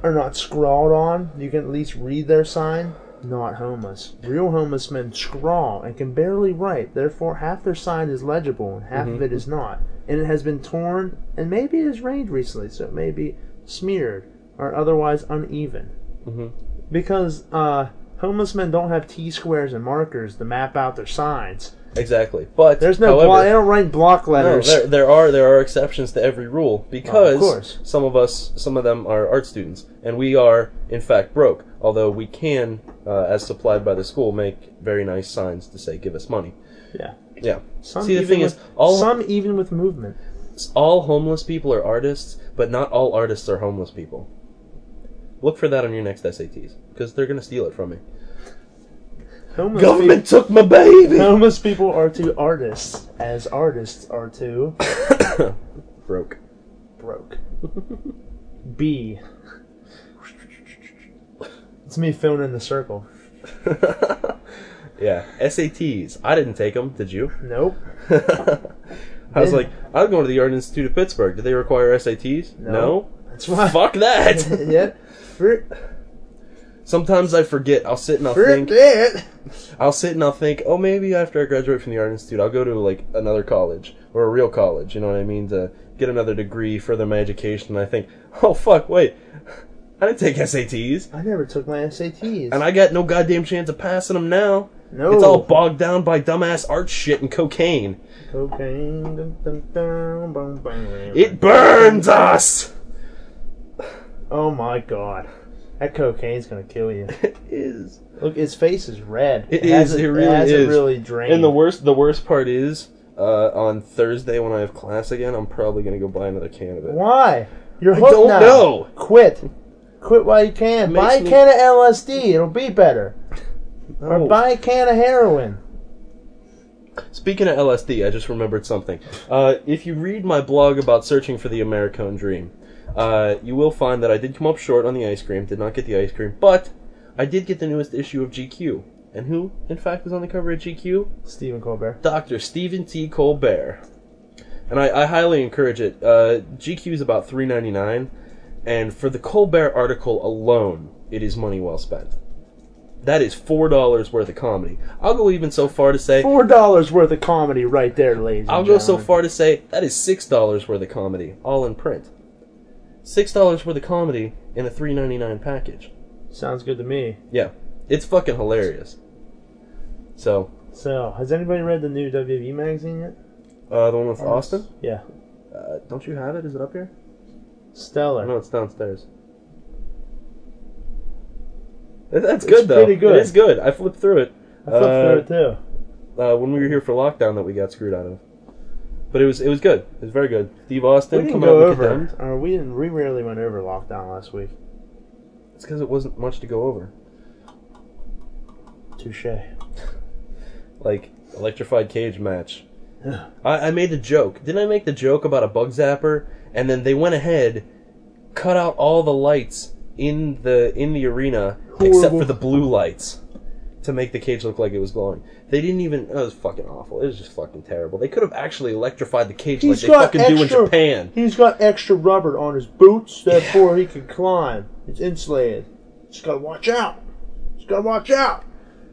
Speaker 2: are not scrawled on, you can at least read their sign. Not homeless. Real homeless men scrawl and can barely write. Therefore, half their sign is legible and half of it is not. And it has been torn and maybe it has rained recently, so it may be smeared or otherwise uneven. Because uh, homeless men don't have T squares and markers to map out their signs.
Speaker 3: Exactly. But
Speaker 2: There's no
Speaker 3: however,
Speaker 2: block. They don't write block
Speaker 3: No,
Speaker 2: letters.
Speaker 3: Oh, there, there are there are exceptions to every rule because
Speaker 2: course.
Speaker 3: some of us, some of them are art students, and we are in fact broke. Although we can, uh, as supplied by the school, make very nice signs to say "Give us money."
Speaker 2: yeah.
Speaker 3: Yeah.
Speaker 2: Some
Speaker 3: See, the
Speaker 2: even
Speaker 3: thing
Speaker 2: with,
Speaker 3: is, all
Speaker 2: some even with movement.
Speaker 3: all homeless people are artists, but not all artists are homeless people. Look for that on your next SATs because they're gonna steal it from me.
Speaker 2: Homeless
Speaker 3: Government took my baby.
Speaker 2: People, homeless people are to artists as artists are to
Speaker 3: Broke.
Speaker 2: broke. B. It's me filling in the circle.
Speaker 3: Yeah. SATs. I didn't take them. Did you?
Speaker 2: Nope.
Speaker 3: I was
Speaker 2: Then-
Speaker 3: like, I was going to the Art Institute of Pittsburgh. Do they require SATs? No.
Speaker 2: No. That's why.
Speaker 3: Fuck that.
Speaker 2: yeah. For,
Speaker 3: Sometimes I forget. I'll sit and I'll
Speaker 2: for
Speaker 3: think.
Speaker 2: that.
Speaker 3: I'll sit and I'll think. Oh, maybe after I graduate from the Art Institute, I'll go to like another college or a real college. You know what I mean? To get another degree, further my education. And I think, oh fuck, wait, I didn't take SATs,
Speaker 2: I never took my SATs.
Speaker 3: and I got no goddamn chance of passing them now.
Speaker 2: no.
Speaker 3: It's all bogged down by dumbass art shit and cocaine.
Speaker 2: Cocaine. Dum, dum, dum, bum, bum, bum.
Speaker 3: It burns us.
Speaker 2: oh my god. That cocaine's gonna kill you.
Speaker 3: It is.
Speaker 2: Look, his face is red.
Speaker 3: It is,
Speaker 2: hasn't-
Speaker 3: it really
Speaker 2: hasn't
Speaker 3: is.
Speaker 2: really drained.
Speaker 3: And the worst, the worst part is, uh, on Thursday when I have class again, I'm probably gonna go buy another can of it.
Speaker 2: Why? You're
Speaker 3: I
Speaker 2: hooked
Speaker 3: don't
Speaker 2: now.
Speaker 3: know.
Speaker 2: Quit. Quit while you can.
Speaker 3: Makes
Speaker 2: Buy a
Speaker 3: me-
Speaker 2: can of LSD. It'll be better.
Speaker 3: Oh,
Speaker 2: Or buy a can of heroin.
Speaker 3: Oh, Speaking of LSD, I just remembered something. Uh, if you read my blog about searching for the Americone dream, uh, you will find that I did come up short on the ice cream. Did not get the ice cream, but I did get the newest issue of GQ. And who, in fact, is on the cover of GQ?
Speaker 2: Stephen Colbert.
Speaker 3: Dr. Stephen T. Colbert. And I, I highly encourage it. Uh, GQ is about three ninety nine, and for the Colbert article alone, it is money well spent. That is four dollars worth of comedy. I'll go even so far to say
Speaker 2: Four dollars worth of comedy right there, ladies.
Speaker 3: I'll
Speaker 2: and
Speaker 3: go so
Speaker 2: gentlemen.
Speaker 3: far to say that is six dollars worth of comedy, all in print. Six dollars worth of comedy in a three ninety nine package.
Speaker 2: Sounds good to me.
Speaker 3: Yeah, it's fucking hilarious. So,
Speaker 2: So, has anybody read the new WWE magazine yet?
Speaker 3: uh, the one with Austin.
Speaker 2: Yeah.
Speaker 3: Uh, don't you have it? Is it up here?
Speaker 2: Stellar.
Speaker 3: No, it's downstairs. That- That's
Speaker 2: It's
Speaker 3: good though.
Speaker 2: pretty good.
Speaker 3: It is good. I flipped through it.
Speaker 2: I flipped
Speaker 3: Uh,
Speaker 2: through it too.
Speaker 3: uh, when we were here for lockdown that we got screwed out of. But it was it was good. It was very good. Steve Austin
Speaker 2: We didn't
Speaker 3: come
Speaker 2: go
Speaker 3: out
Speaker 2: over.
Speaker 3: Condemned.
Speaker 2: Or we didn't. We rarely went over lockdown last week.
Speaker 3: It's because it wasn't much to go over.
Speaker 2: Touche.
Speaker 3: like electrified cage match. I, I made the joke. Didn't I make the joke about a bug zapper? And then they went ahead, cut out all the lights in the in the arena, except
Speaker 2: Horrible.
Speaker 3: for the blue lights to make the cage look like it was glowing. They didn't even. It was fucking awful. It was just fucking terrible. They could have actually electrified the cage like
Speaker 2: He's
Speaker 3: they
Speaker 2: got
Speaker 3: fucking do in
Speaker 2: extra-
Speaker 3: Japan.
Speaker 2: He's got extra rubber on his boots, therefore he can climb. It's insulated. Just gotta watch out. Just gotta watch out.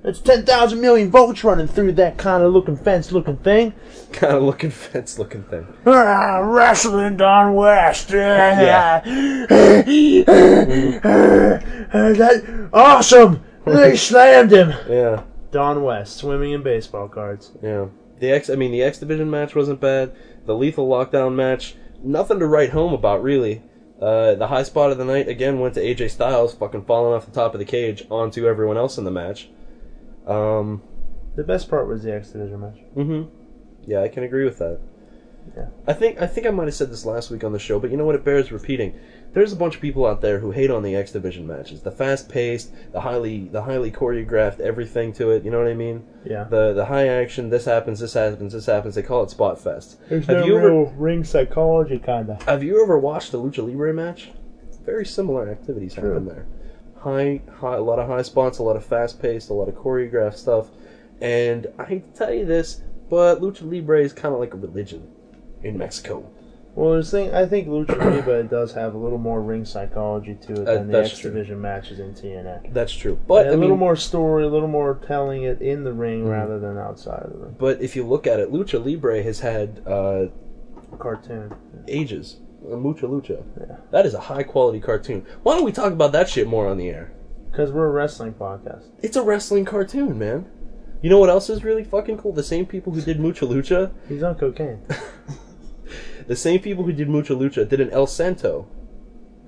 Speaker 2: That's 10,000 million volts running through that kind of looking fence looking thing.
Speaker 3: Kind of looking fence looking thing.
Speaker 2: Ah, wrestling Don West. Yeah. that, awesome. They slammed him.
Speaker 3: Yeah,
Speaker 2: Don West swimming in baseball cards.
Speaker 3: yeah. The X. I mean, the X Division match wasn't bad. The Lethal Lockdown match, nothing to write home about really. Uh, the high spot of the night again went to AJ Styles, fucking falling off the top of the cage onto everyone else in the match. Um,
Speaker 2: The best part was the X Division match.
Speaker 3: Mm-hmm. Yeah, I can agree with that.
Speaker 2: Yeah.
Speaker 3: I think I think I might have said this last week on the show, but you know what? It bears repeating. There's a bunch of people out there who hate on the X Division matches, the fast-paced, the highly the highly choreographed everything to it. You know what I mean?
Speaker 2: Yeah.
Speaker 3: The the high action. This happens. This happens. This happens. They call it spot fest.
Speaker 2: There's
Speaker 3: have
Speaker 2: no
Speaker 3: you
Speaker 2: real
Speaker 3: ever
Speaker 2: ring psychology, kinda.
Speaker 3: have you ever watched a lucha libre match? Very similar activities happen there. High, high, a lot of high spots, a lot of fast paced, a lot of choreographed stuff. And I hate to tell you this, but lucha libre is kind of like a religion in Mexico.
Speaker 2: Well, this thing, I think Lucha Libre does have a little more ring psychology to it
Speaker 3: Uh,
Speaker 2: than the
Speaker 3: that's
Speaker 2: X
Speaker 3: true.
Speaker 2: Division matches in TNA.
Speaker 3: That's true. But I
Speaker 2: a little
Speaker 3: mean, Mm.
Speaker 2: more story, a little more telling it in the ring rather than outside of the ring.
Speaker 3: but if you look at it, lucha libre has had uh,
Speaker 2: Cartoon.
Speaker 3: ages. Mucha lucha.
Speaker 2: Yeah.
Speaker 3: That is a high quality cartoon. Why don't we talk about that shit more on the air?
Speaker 2: Because we're a wrestling podcast.
Speaker 3: It's a wrestling cartoon, man. You know what else is really fucking cool? The same people who did Mucha Lucha
Speaker 2: He's on cocaine.
Speaker 3: The same people who did Mucha Lucha did an El Santo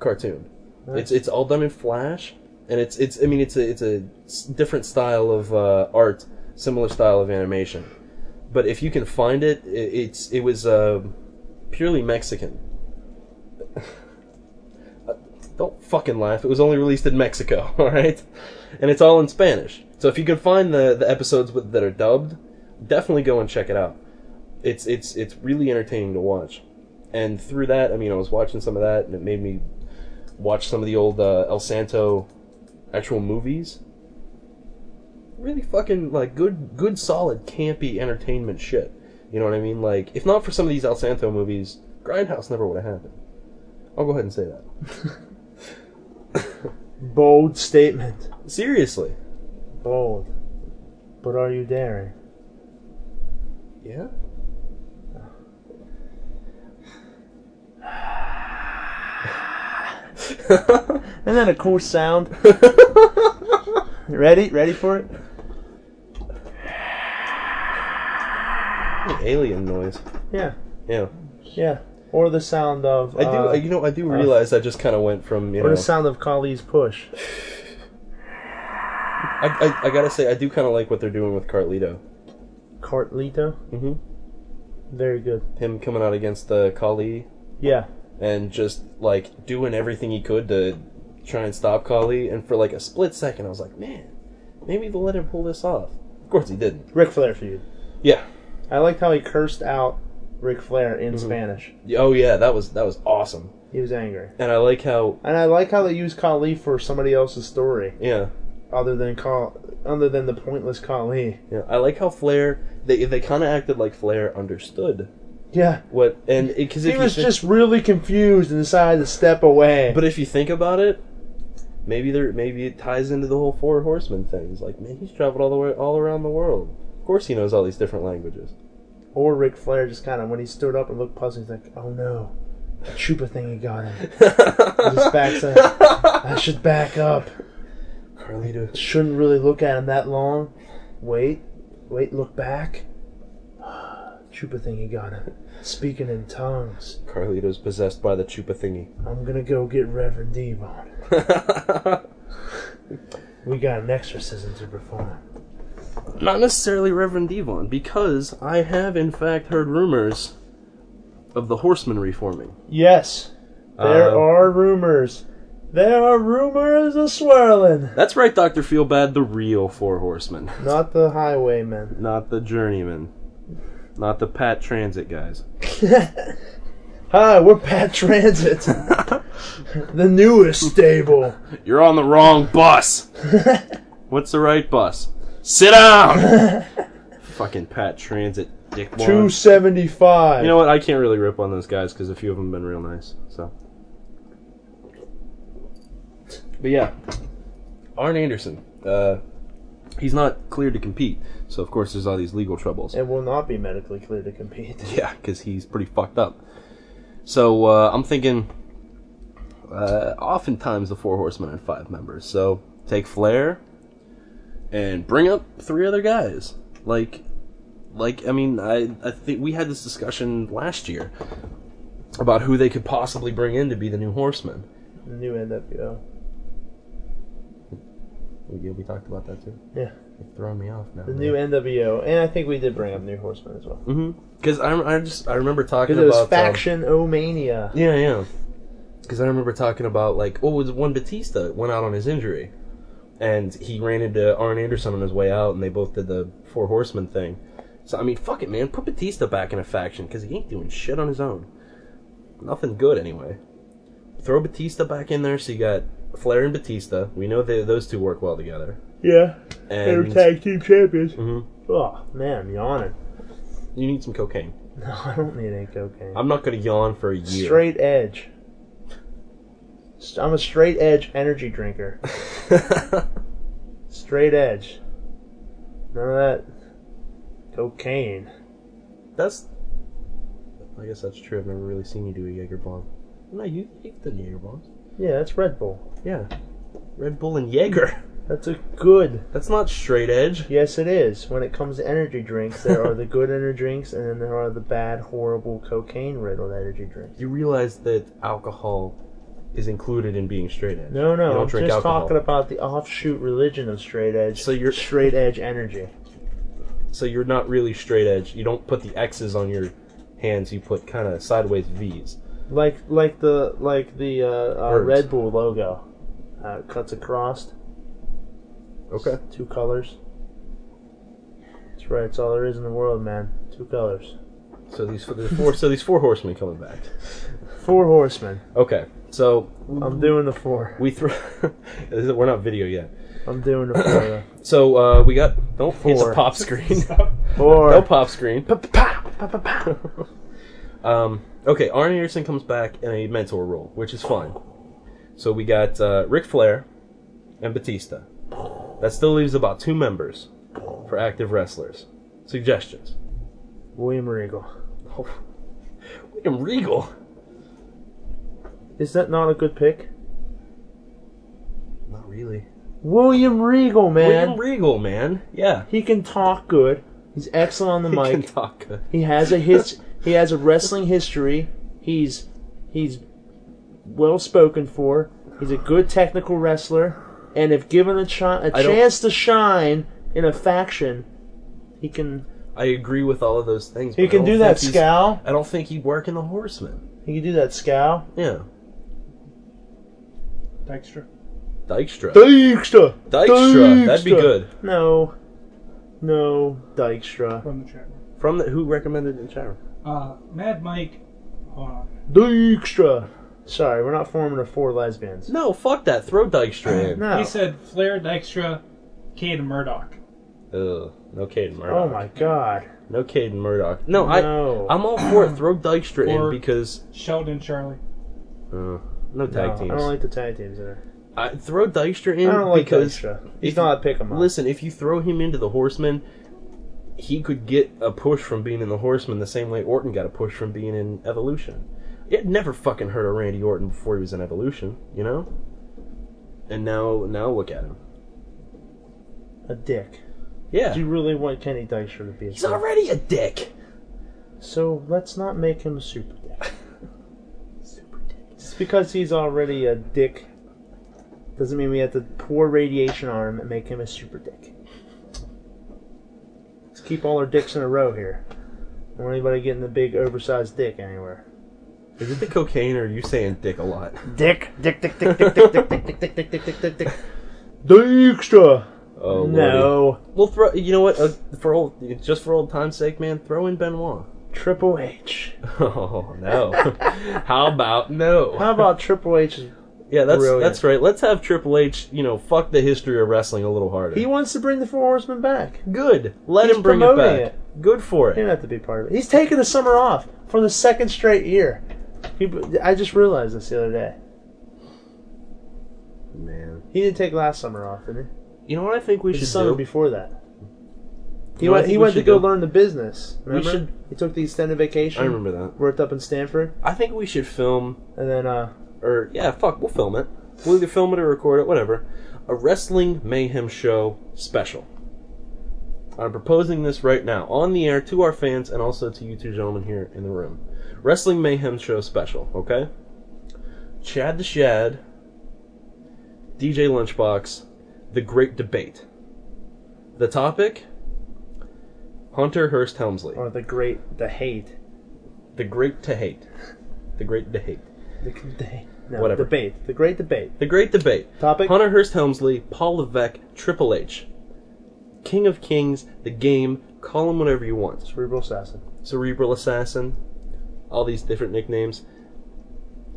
Speaker 3: cartoon. It's it's all done in Flash, and it's it's I mean it's a it's a s- different style of uh, art, similar style of animation. But if you can find it, i it's it was uh, purely Mexican. Uh, Don't fucking laugh. It was only released in Mexico, all right, and it's all in Spanish. So if you can find the the episodes with, that are dubbed, definitely go and check it out it's it's it's really entertaining to watch. And through that, I mean, I was watching some of that, and it made me watch some of the old uh, El Santo actual movies. Really fucking like good, good, solid, campy entertainment shit. You know what I mean? Like, if not for some of these El Santo movies, Grindhouse never would have happened. I'll go ahead and say that.
Speaker 2: Bold statement.
Speaker 3: Seriously.
Speaker 2: Bold. But are you daring?
Speaker 3: Yeah.
Speaker 2: Isn't that a cool sound? Ready? Ready for it?
Speaker 3: Alien noise.
Speaker 2: Yeah.
Speaker 3: Yeah.
Speaker 2: Yeah. Or the sound of.
Speaker 3: I do.
Speaker 2: uh,
Speaker 3: you know, I do realize I just kind of went from you
Speaker 2: or
Speaker 3: know.
Speaker 2: the sound of Kali's push.
Speaker 3: I, I, I gotta say, I do kind of like what they're doing with Carlito.
Speaker 2: Cartlito?
Speaker 3: Mm-hmm.
Speaker 2: Very good.
Speaker 3: Him coming out against uh, Kali
Speaker 2: Yeah.
Speaker 3: and just like doing everything he could to try and stop Kali. And for like a split second, I was like, man, maybe they'll let him pull this off. Of course, he didn't.
Speaker 2: Ric Flair feud.
Speaker 3: Yeah.
Speaker 2: I liked how he cursed out Ric Flair in Spanish.
Speaker 3: Oh yeah, that was that was awesome.
Speaker 2: He was angry.
Speaker 3: And I like how
Speaker 2: And I like how they use Kali for somebody else's story,
Speaker 3: yeah
Speaker 2: other than Kal- other than the pointless Kali.
Speaker 3: yeah I like how Flair they they kind of acted like Flair understood
Speaker 2: Yeah.
Speaker 3: what and because
Speaker 2: He was just really confused and decided to step away.
Speaker 3: But if you think about it, maybe there maybe it ties into the whole four horsemen thing. It's like, man, he's traveled all the way all around the world. Of course, he knows all these different languages.
Speaker 2: or Ric Flair just kind of, when he stood up and looked puzzled, he's like, oh no, the Chupa thing he got him. He just backs up. I should back up.
Speaker 3: Carlito,
Speaker 2: Shouldn't really look at him that long. Wait, wait, look back. Chupa thing he got him. Speaking in tongues.
Speaker 3: Carlito's possessed by the chupa thingy.
Speaker 2: I'm gonna go get Reverend Devon. We got an exorcism to perform.
Speaker 3: Not necessarily Reverend Devon, because I have in fact heard rumors of the horsemen reforming.
Speaker 2: Yes, there
Speaker 3: Uh,
Speaker 2: are rumors. There are rumors a swirling.
Speaker 3: That's right, Doctor Feelbad, the real four horsemen,
Speaker 2: Not the highwaymen.
Speaker 3: not the journeyman, not the Pat Transit guys.
Speaker 2: Hi, we're Pat Transit. the newest stable.
Speaker 3: You're on the wrong bus. What's the right bus? Sit down. Fucking Pat Transit dickwad.
Speaker 2: Two seventy five.
Speaker 3: You know what? I can't really rip on those guys because a few of them have been real nice. So, but yeah, Arn Anderson. Uh, he's not cleared to compete, so of course there's all these legal troubles.
Speaker 2: it will not be medically clear to compete.
Speaker 3: Yeah, because he's pretty fucked up. So uh, I'm thinking, uh, oftentimes the four horsemen had five members. So take Flair and bring up three other guys. Like, like I mean, I I think we had this discussion last year about who they could possibly bring in to be the new horseman.
Speaker 2: New NWO.
Speaker 3: We, we talked about that too.
Speaker 2: Yeah,
Speaker 3: You're throwing me off now.
Speaker 2: the new NWO, and I think we did bring up New Horseman as well.
Speaker 3: Because Mm-hmm. I I just I remember talking
Speaker 2: Because it was
Speaker 3: about um,
Speaker 2: faction O mania.
Speaker 3: Yeah, yeah. Because I remember talking about like, oh, it was one Batista went out on his injury, and he ran into Arn Anderson on his way out, and they both did the Four Horsemen thing. So I mean, fuck it, man. Put Batista back in a faction because he ain't doing shit on his own. Nothing good anyway. Throw Batista back in there, so you got Flair and Batista. We know they, those two work well together.
Speaker 2: Yeah, they were
Speaker 3: And
Speaker 2: tag team champions.
Speaker 3: Mhm.
Speaker 2: Oh man, I'm yawning.
Speaker 3: you need some cocaine.
Speaker 2: No, I don't need any cocaine.
Speaker 3: I'm not gonna yawn for a year.
Speaker 2: Straight edge. S- I'm a straight edge energy drinker. Straight edge. None of that cocaine.
Speaker 3: That's. I guess that's true. I've never really seen you do a Jaeger bomb. No, you, you've done Jaeger bombs.
Speaker 2: Yeah, that's Red Bull.
Speaker 3: Yeah. Red Bull and Jaeger.
Speaker 2: That's a good.
Speaker 3: That's not straight edge.
Speaker 2: Yes, it is. When it comes to energy drinks, there are the good energy drinks, and then there are the bad, horrible, cocaine riddled energy drinks.
Speaker 3: You realize that alcohol is included in being straight edge.
Speaker 2: No,
Speaker 3: You
Speaker 2: no,
Speaker 3: don't
Speaker 2: I'm
Speaker 3: drink
Speaker 2: just
Speaker 3: alcohol.
Speaker 2: talking about the offshoot religion of straight edge.
Speaker 3: So you're-
Speaker 2: straight edge energy.
Speaker 3: So you're not really straight edge. You don't put the X's on your hands. You put kind of sideways V's.
Speaker 2: like like the like the uh, uh,
Speaker 3: Words.
Speaker 2: Red Bull logo uh, it cuts across
Speaker 3: Okay.
Speaker 2: two colors. That's right. It's all there is in the world, man. Two colors.
Speaker 3: So these there's four. so these four horsemen coming back.
Speaker 2: Four horsemen.
Speaker 3: Okay. So um,
Speaker 2: I'm doing the four.
Speaker 3: we throw. this is- We're not video yet.
Speaker 2: I'm doing the four.
Speaker 3: So uh, we got don't hit the
Speaker 2: Four.
Speaker 3: pop screen.
Speaker 2: Four.
Speaker 3: No pop screen. um, okay, Arn Anderson comes back in a mentor role, which is fine. So we got uh, Ric Flair and Batista. That still leaves about two members for active wrestlers. Suggestions?
Speaker 2: William Regal.
Speaker 3: William Regal.
Speaker 2: Is that not a good pick?
Speaker 3: Not really.
Speaker 2: William Regal, man.
Speaker 3: William Regal, man. Yeah.
Speaker 2: he can talk good. He's excellent on the
Speaker 3: He can
Speaker 2: mic.
Speaker 3: talk good.
Speaker 2: He has a his he has a wrestling history. He's he's well spoken for. He's a good technical wrestler, and if given a, chi- a
Speaker 3: I don't-
Speaker 2: chance to shine in a faction, he can
Speaker 3: I agree with all of those things.
Speaker 2: he
Speaker 3: but I
Speaker 2: can
Speaker 3: don't
Speaker 2: do that
Speaker 3: think he's-
Speaker 2: scowl.
Speaker 3: I don't think he'd work in the Horsemen.
Speaker 2: He can do that scowl.
Speaker 3: Yeah.
Speaker 4: Dykstra.
Speaker 3: Dykstra.
Speaker 2: Dykstra.
Speaker 3: Dykstra. That'd be
Speaker 2: Dykstra.
Speaker 3: good.
Speaker 2: No, no, Dykstra.
Speaker 4: From the chat room.
Speaker 3: From the, who recommended it in chat room?
Speaker 4: Uh, Mad Mike. Hold on.
Speaker 2: Dykstra. Sorry, we're not forming a four lesbians.
Speaker 3: No, fuck that. Throw Dykstra in.
Speaker 2: No.
Speaker 4: He said Flair, Dykstra, Kane, and Murdoch.
Speaker 3: Ugh, no Caden
Speaker 2: Oh
Speaker 3: Murdoch.
Speaker 2: my god.
Speaker 3: No Caden Murdoch. No, I,
Speaker 2: No.
Speaker 3: I'm all for it. Throw Dykstra
Speaker 4: Or-
Speaker 3: in because
Speaker 4: Sheldon, Charlie.
Speaker 3: uh, no
Speaker 2: No,
Speaker 3: tag
Speaker 2: I
Speaker 3: teams.
Speaker 2: don't like the tag teams in there.
Speaker 3: I- throw Dykstra in
Speaker 2: I don't like
Speaker 3: because
Speaker 2: Dykstra. He's
Speaker 3: if-
Speaker 2: not a pick 'em up.
Speaker 3: listen, if you throw him into the Horsemen, he could get a push from being in the Horsemen the same way Orton got a push from being in Evolution. It never fucking hurt a Randy Orton before he was in Evolution, you know. And now, now look at him.
Speaker 2: a dick.
Speaker 3: Yeah,
Speaker 2: Do you really want Kenny Dykstra to be a
Speaker 3: he's
Speaker 2: dick?
Speaker 3: already a dick.
Speaker 2: So let's not make him a super dick. Just because he's already a dick doesn't mean we have to pour radiation on him and make him a super dick. Let's keep all our dicks in a row here. Don't want anybody getting the big oversized dick anywhere.
Speaker 3: Is it the cocaine or are you saying dick a lot?
Speaker 2: Dick, dick, dick, dick, dick, dick, dick, dick, dick, dick, dick, dick, dick, dick, dick. Dykstra.
Speaker 3: Oh
Speaker 2: no.
Speaker 3: We'll throw. You know what? Uh, for old, just for old time's sake, man, throw in Benoit.
Speaker 2: Triple H.
Speaker 1: Oh no! How about no?
Speaker 2: How about Triple H's?
Speaker 3: Yeah, that's
Speaker 2: Brilliant.
Speaker 3: that's right. Let's have Triple H, you know, fuck the history of wrestling a little harder.
Speaker 2: He wants to bring the Four Horsemen back.
Speaker 3: Good. Let
Speaker 2: He's
Speaker 3: him bring it back.
Speaker 2: promoting
Speaker 3: Good for
Speaker 2: He
Speaker 3: it.
Speaker 2: don't have to be part of it. He's taking the summer off for the second straight year. He, I just realized this the other day.
Speaker 3: Man.
Speaker 2: He didn't take last summer off, did he?
Speaker 3: You know what I think we
Speaker 2: The
Speaker 3: should
Speaker 2: summer
Speaker 3: do?
Speaker 2: before that. He
Speaker 3: You know what I
Speaker 2: went.
Speaker 3: think
Speaker 2: He
Speaker 3: we
Speaker 2: went to
Speaker 3: should
Speaker 2: go
Speaker 3: do?
Speaker 2: learn the business. Remember?
Speaker 3: should-
Speaker 2: He took the extended vacation.
Speaker 3: I remember that.
Speaker 2: Worked up in Stanford,
Speaker 3: I think we should film,
Speaker 2: and then uh,
Speaker 3: or yeah, fuck, we'll film it. We'll either film it or record it, whatever. A wrestling mayhem show special. I'm proposing this right now on the air to our fans and also to you two gentlemen here in the room. Wrestling mayhem show special, okay? Chad the Shad, DJ Lunchbox, The Great Debate. The topic: Hunter Hearst Helmsley,
Speaker 2: or the great, the hate,
Speaker 3: the great to hate, the great to hate.
Speaker 2: the, the no,
Speaker 3: Whatever.
Speaker 2: debate, the great debate.
Speaker 3: The Great Debate.
Speaker 2: Topic?
Speaker 3: Hunter Hearst Helmsley, Paul Levesque, Triple H. King of Kings, The Game, call him whatever you want.
Speaker 2: Cerebral assassin.
Speaker 3: Cerebral Assassin, all these different nicknames.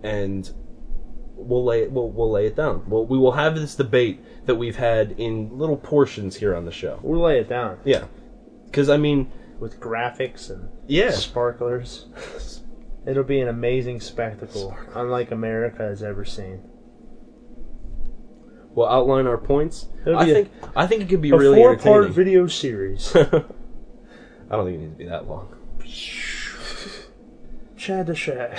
Speaker 3: And we'll lay it, we'll, we'll lay it down. We'll, we will have this debate that we've had in little portions here on the show.
Speaker 2: We'll lay it down
Speaker 3: Yeah. Because, I mean,
Speaker 2: with graphics and
Speaker 3: yeah.
Speaker 2: sparklers. It'll be an amazing spectacle, unlike America has ever seen.
Speaker 3: We'll outline our points.
Speaker 2: It'll
Speaker 3: I
Speaker 2: be a-
Speaker 3: think, I think it could be
Speaker 2: A
Speaker 3: really
Speaker 2: four-part
Speaker 3: entertaining.
Speaker 2: video series.
Speaker 3: I don't think it needs to be that long.
Speaker 2: Chad the Shad.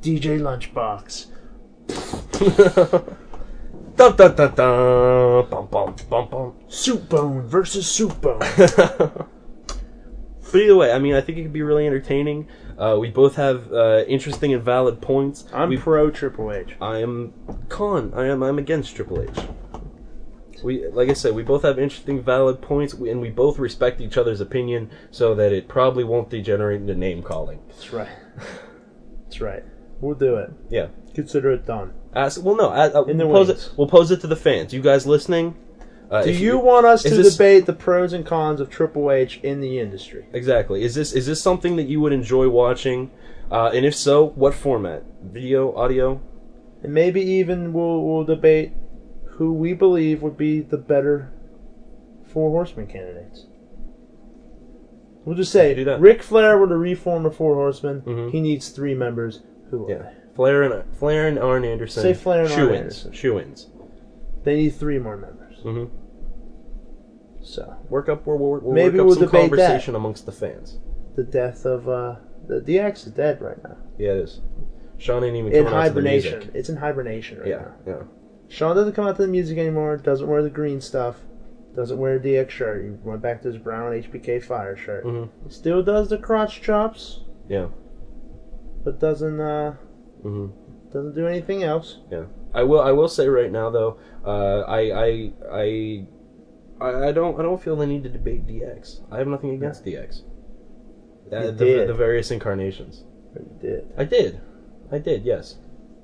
Speaker 2: DJ Lunchbox.
Speaker 3: Dun, dun, dun, dun. Bum, bum, bum, bum.
Speaker 2: Soup Bone versus Soup Bone.
Speaker 3: But either way, I mean, I think it could be really entertaining. Uh, we both have uh, interesting and valid points.
Speaker 2: I'm
Speaker 3: we,
Speaker 2: pro Triple H.
Speaker 3: I am con. I am. I'm against Triple H. We, like I said, we both have interesting, valid points, we- and we both respect each other's opinion, so that it probably won't degenerate into name calling.
Speaker 2: That's right. That's right. We'll do it.
Speaker 3: Yeah.
Speaker 2: Consider it done.
Speaker 3: Ask, well, no. Ask, uh,
Speaker 2: In their
Speaker 3: we'll pose
Speaker 2: wings.
Speaker 3: it. We'll pose it to the fans. You guys listening? Uh,
Speaker 2: Do
Speaker 3: if
Speaker 2: you want us to
Speaker 3: is this-
Speaker 2: debate the pros and cons of Triple H in the industry?
Speaker 3: Exactly. Is this is this something that you would enjoy watching? Uh, and if so, what format? Video, audio?
Speaker 2: And maybe even we'll, we'll debate who we believe would be the better Four Horsemen candidates. We'll just say
Speaker 3: do that.
Speaker 2: Ric Flair were to reform the Four Horsemen.
Speaker 3: Mhm.
Speaker 2: He needs three members. Who are
Speaker 3: Yeah. Flair and Flair and Arn Anderson.
Speaker 2: Say Flair and Arn
Speaker 3: Shoe-ins.
Speaker 2: Anderson.
Speaker 3: Shoe-ins.
Speaker 2: they? They need three more members.
Speaker 3: hmm
Speaker 2: So
Speaker 3: Work up. We'll, we'll, we'll
Speaker 2: Maybe
Speaker 3: work up
Speaker 2: we'll
Speaker 3: some
Speaker 2: debate that.
Speaker 3: conversation amongst the fans.
Speaker 2: the death of uh, the DX is dead right now
Speaker 3: Yeah, it is. Sean ain't even
Speaker 2: in
Speaker 3: coming out to the music.
Speaker 2: hibernation. It's in hibernation right
Speaker 3: Yeah,
Speaker 2: now.
Speaker 3: yeah.
Speaker 2: Sean doesn't come out to the music anymore. Doesn't wear the green stuff. Doesn't wear a DX shirt. He went back to his brown HBK Fire shirt.
Speaker 3: hmm
Speaker 2: Still does the crotch chops,
Speaker 3: Yeah.
Speaker 2: but doesn't uh,
Speaker 3: hmm
Speaker 2: doesn't do anything else.
Speaker 3: Yeah, I will. I will say right now though, uh, I, I I I I don't I don't feel the need to debate DX. I have nothing against DX. Uh,
Speaker 2: You
Speaker 3: the,
Speaker 2: did.
Speaker 3: the various incarnations.
Speaker 2: But he did.
Speaker 3: I did, I did. Yes.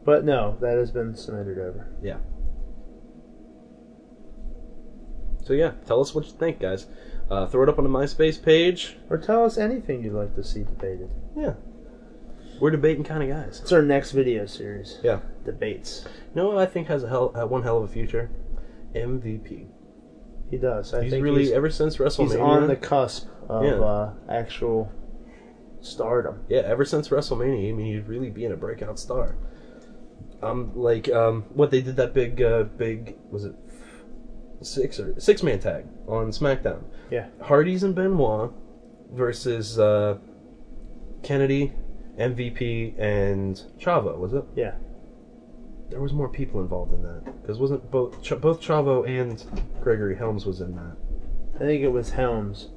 Speaker 2: But no, that has been submitted over.
Speaker 3: Yeah. So yeah, tell us what you think, guys. Uh, throw it up on the MySpace page.
Speaker 2: Or tell us anything you'd like to see debated.
Speaker 3: Yeah, we're debating kind of guys.
Speaker 2: It's our next video series.
Speaker 3: Yeah.
Speaker 2: Debates.
Speaker 3: You know what I think has a hell uh, one hell of a future? MVP.
Speaker 2: He does. I
Speaker 3: He's
Speaker 2: think
Speaker 3: really
Speaker 2: he's,
Speaker 3: ever since WrestleMania.
Speaker 2: he's on the cusp of
Speaker 3: Yeah.
Speaker 2: uh, actual stardom.
Speaker 3: Yeah, ever since WrestleMania, I mean, he's really being a breakout star. Um, like, um, what they did that big, uh, big was it six or six man tag on SmackDown?
Speaker 2: Yeah.
Speaker 3: Hardy's and Benoit versus uh, Kennedy, MVP, and Chavo. Was it?
Speaker 2: Yeah.
Speaker 3: There was more people involved in that because wasn't both Ch- both Chavo and Gregory Helms was in that.
Speaker 2: I think it was Helms.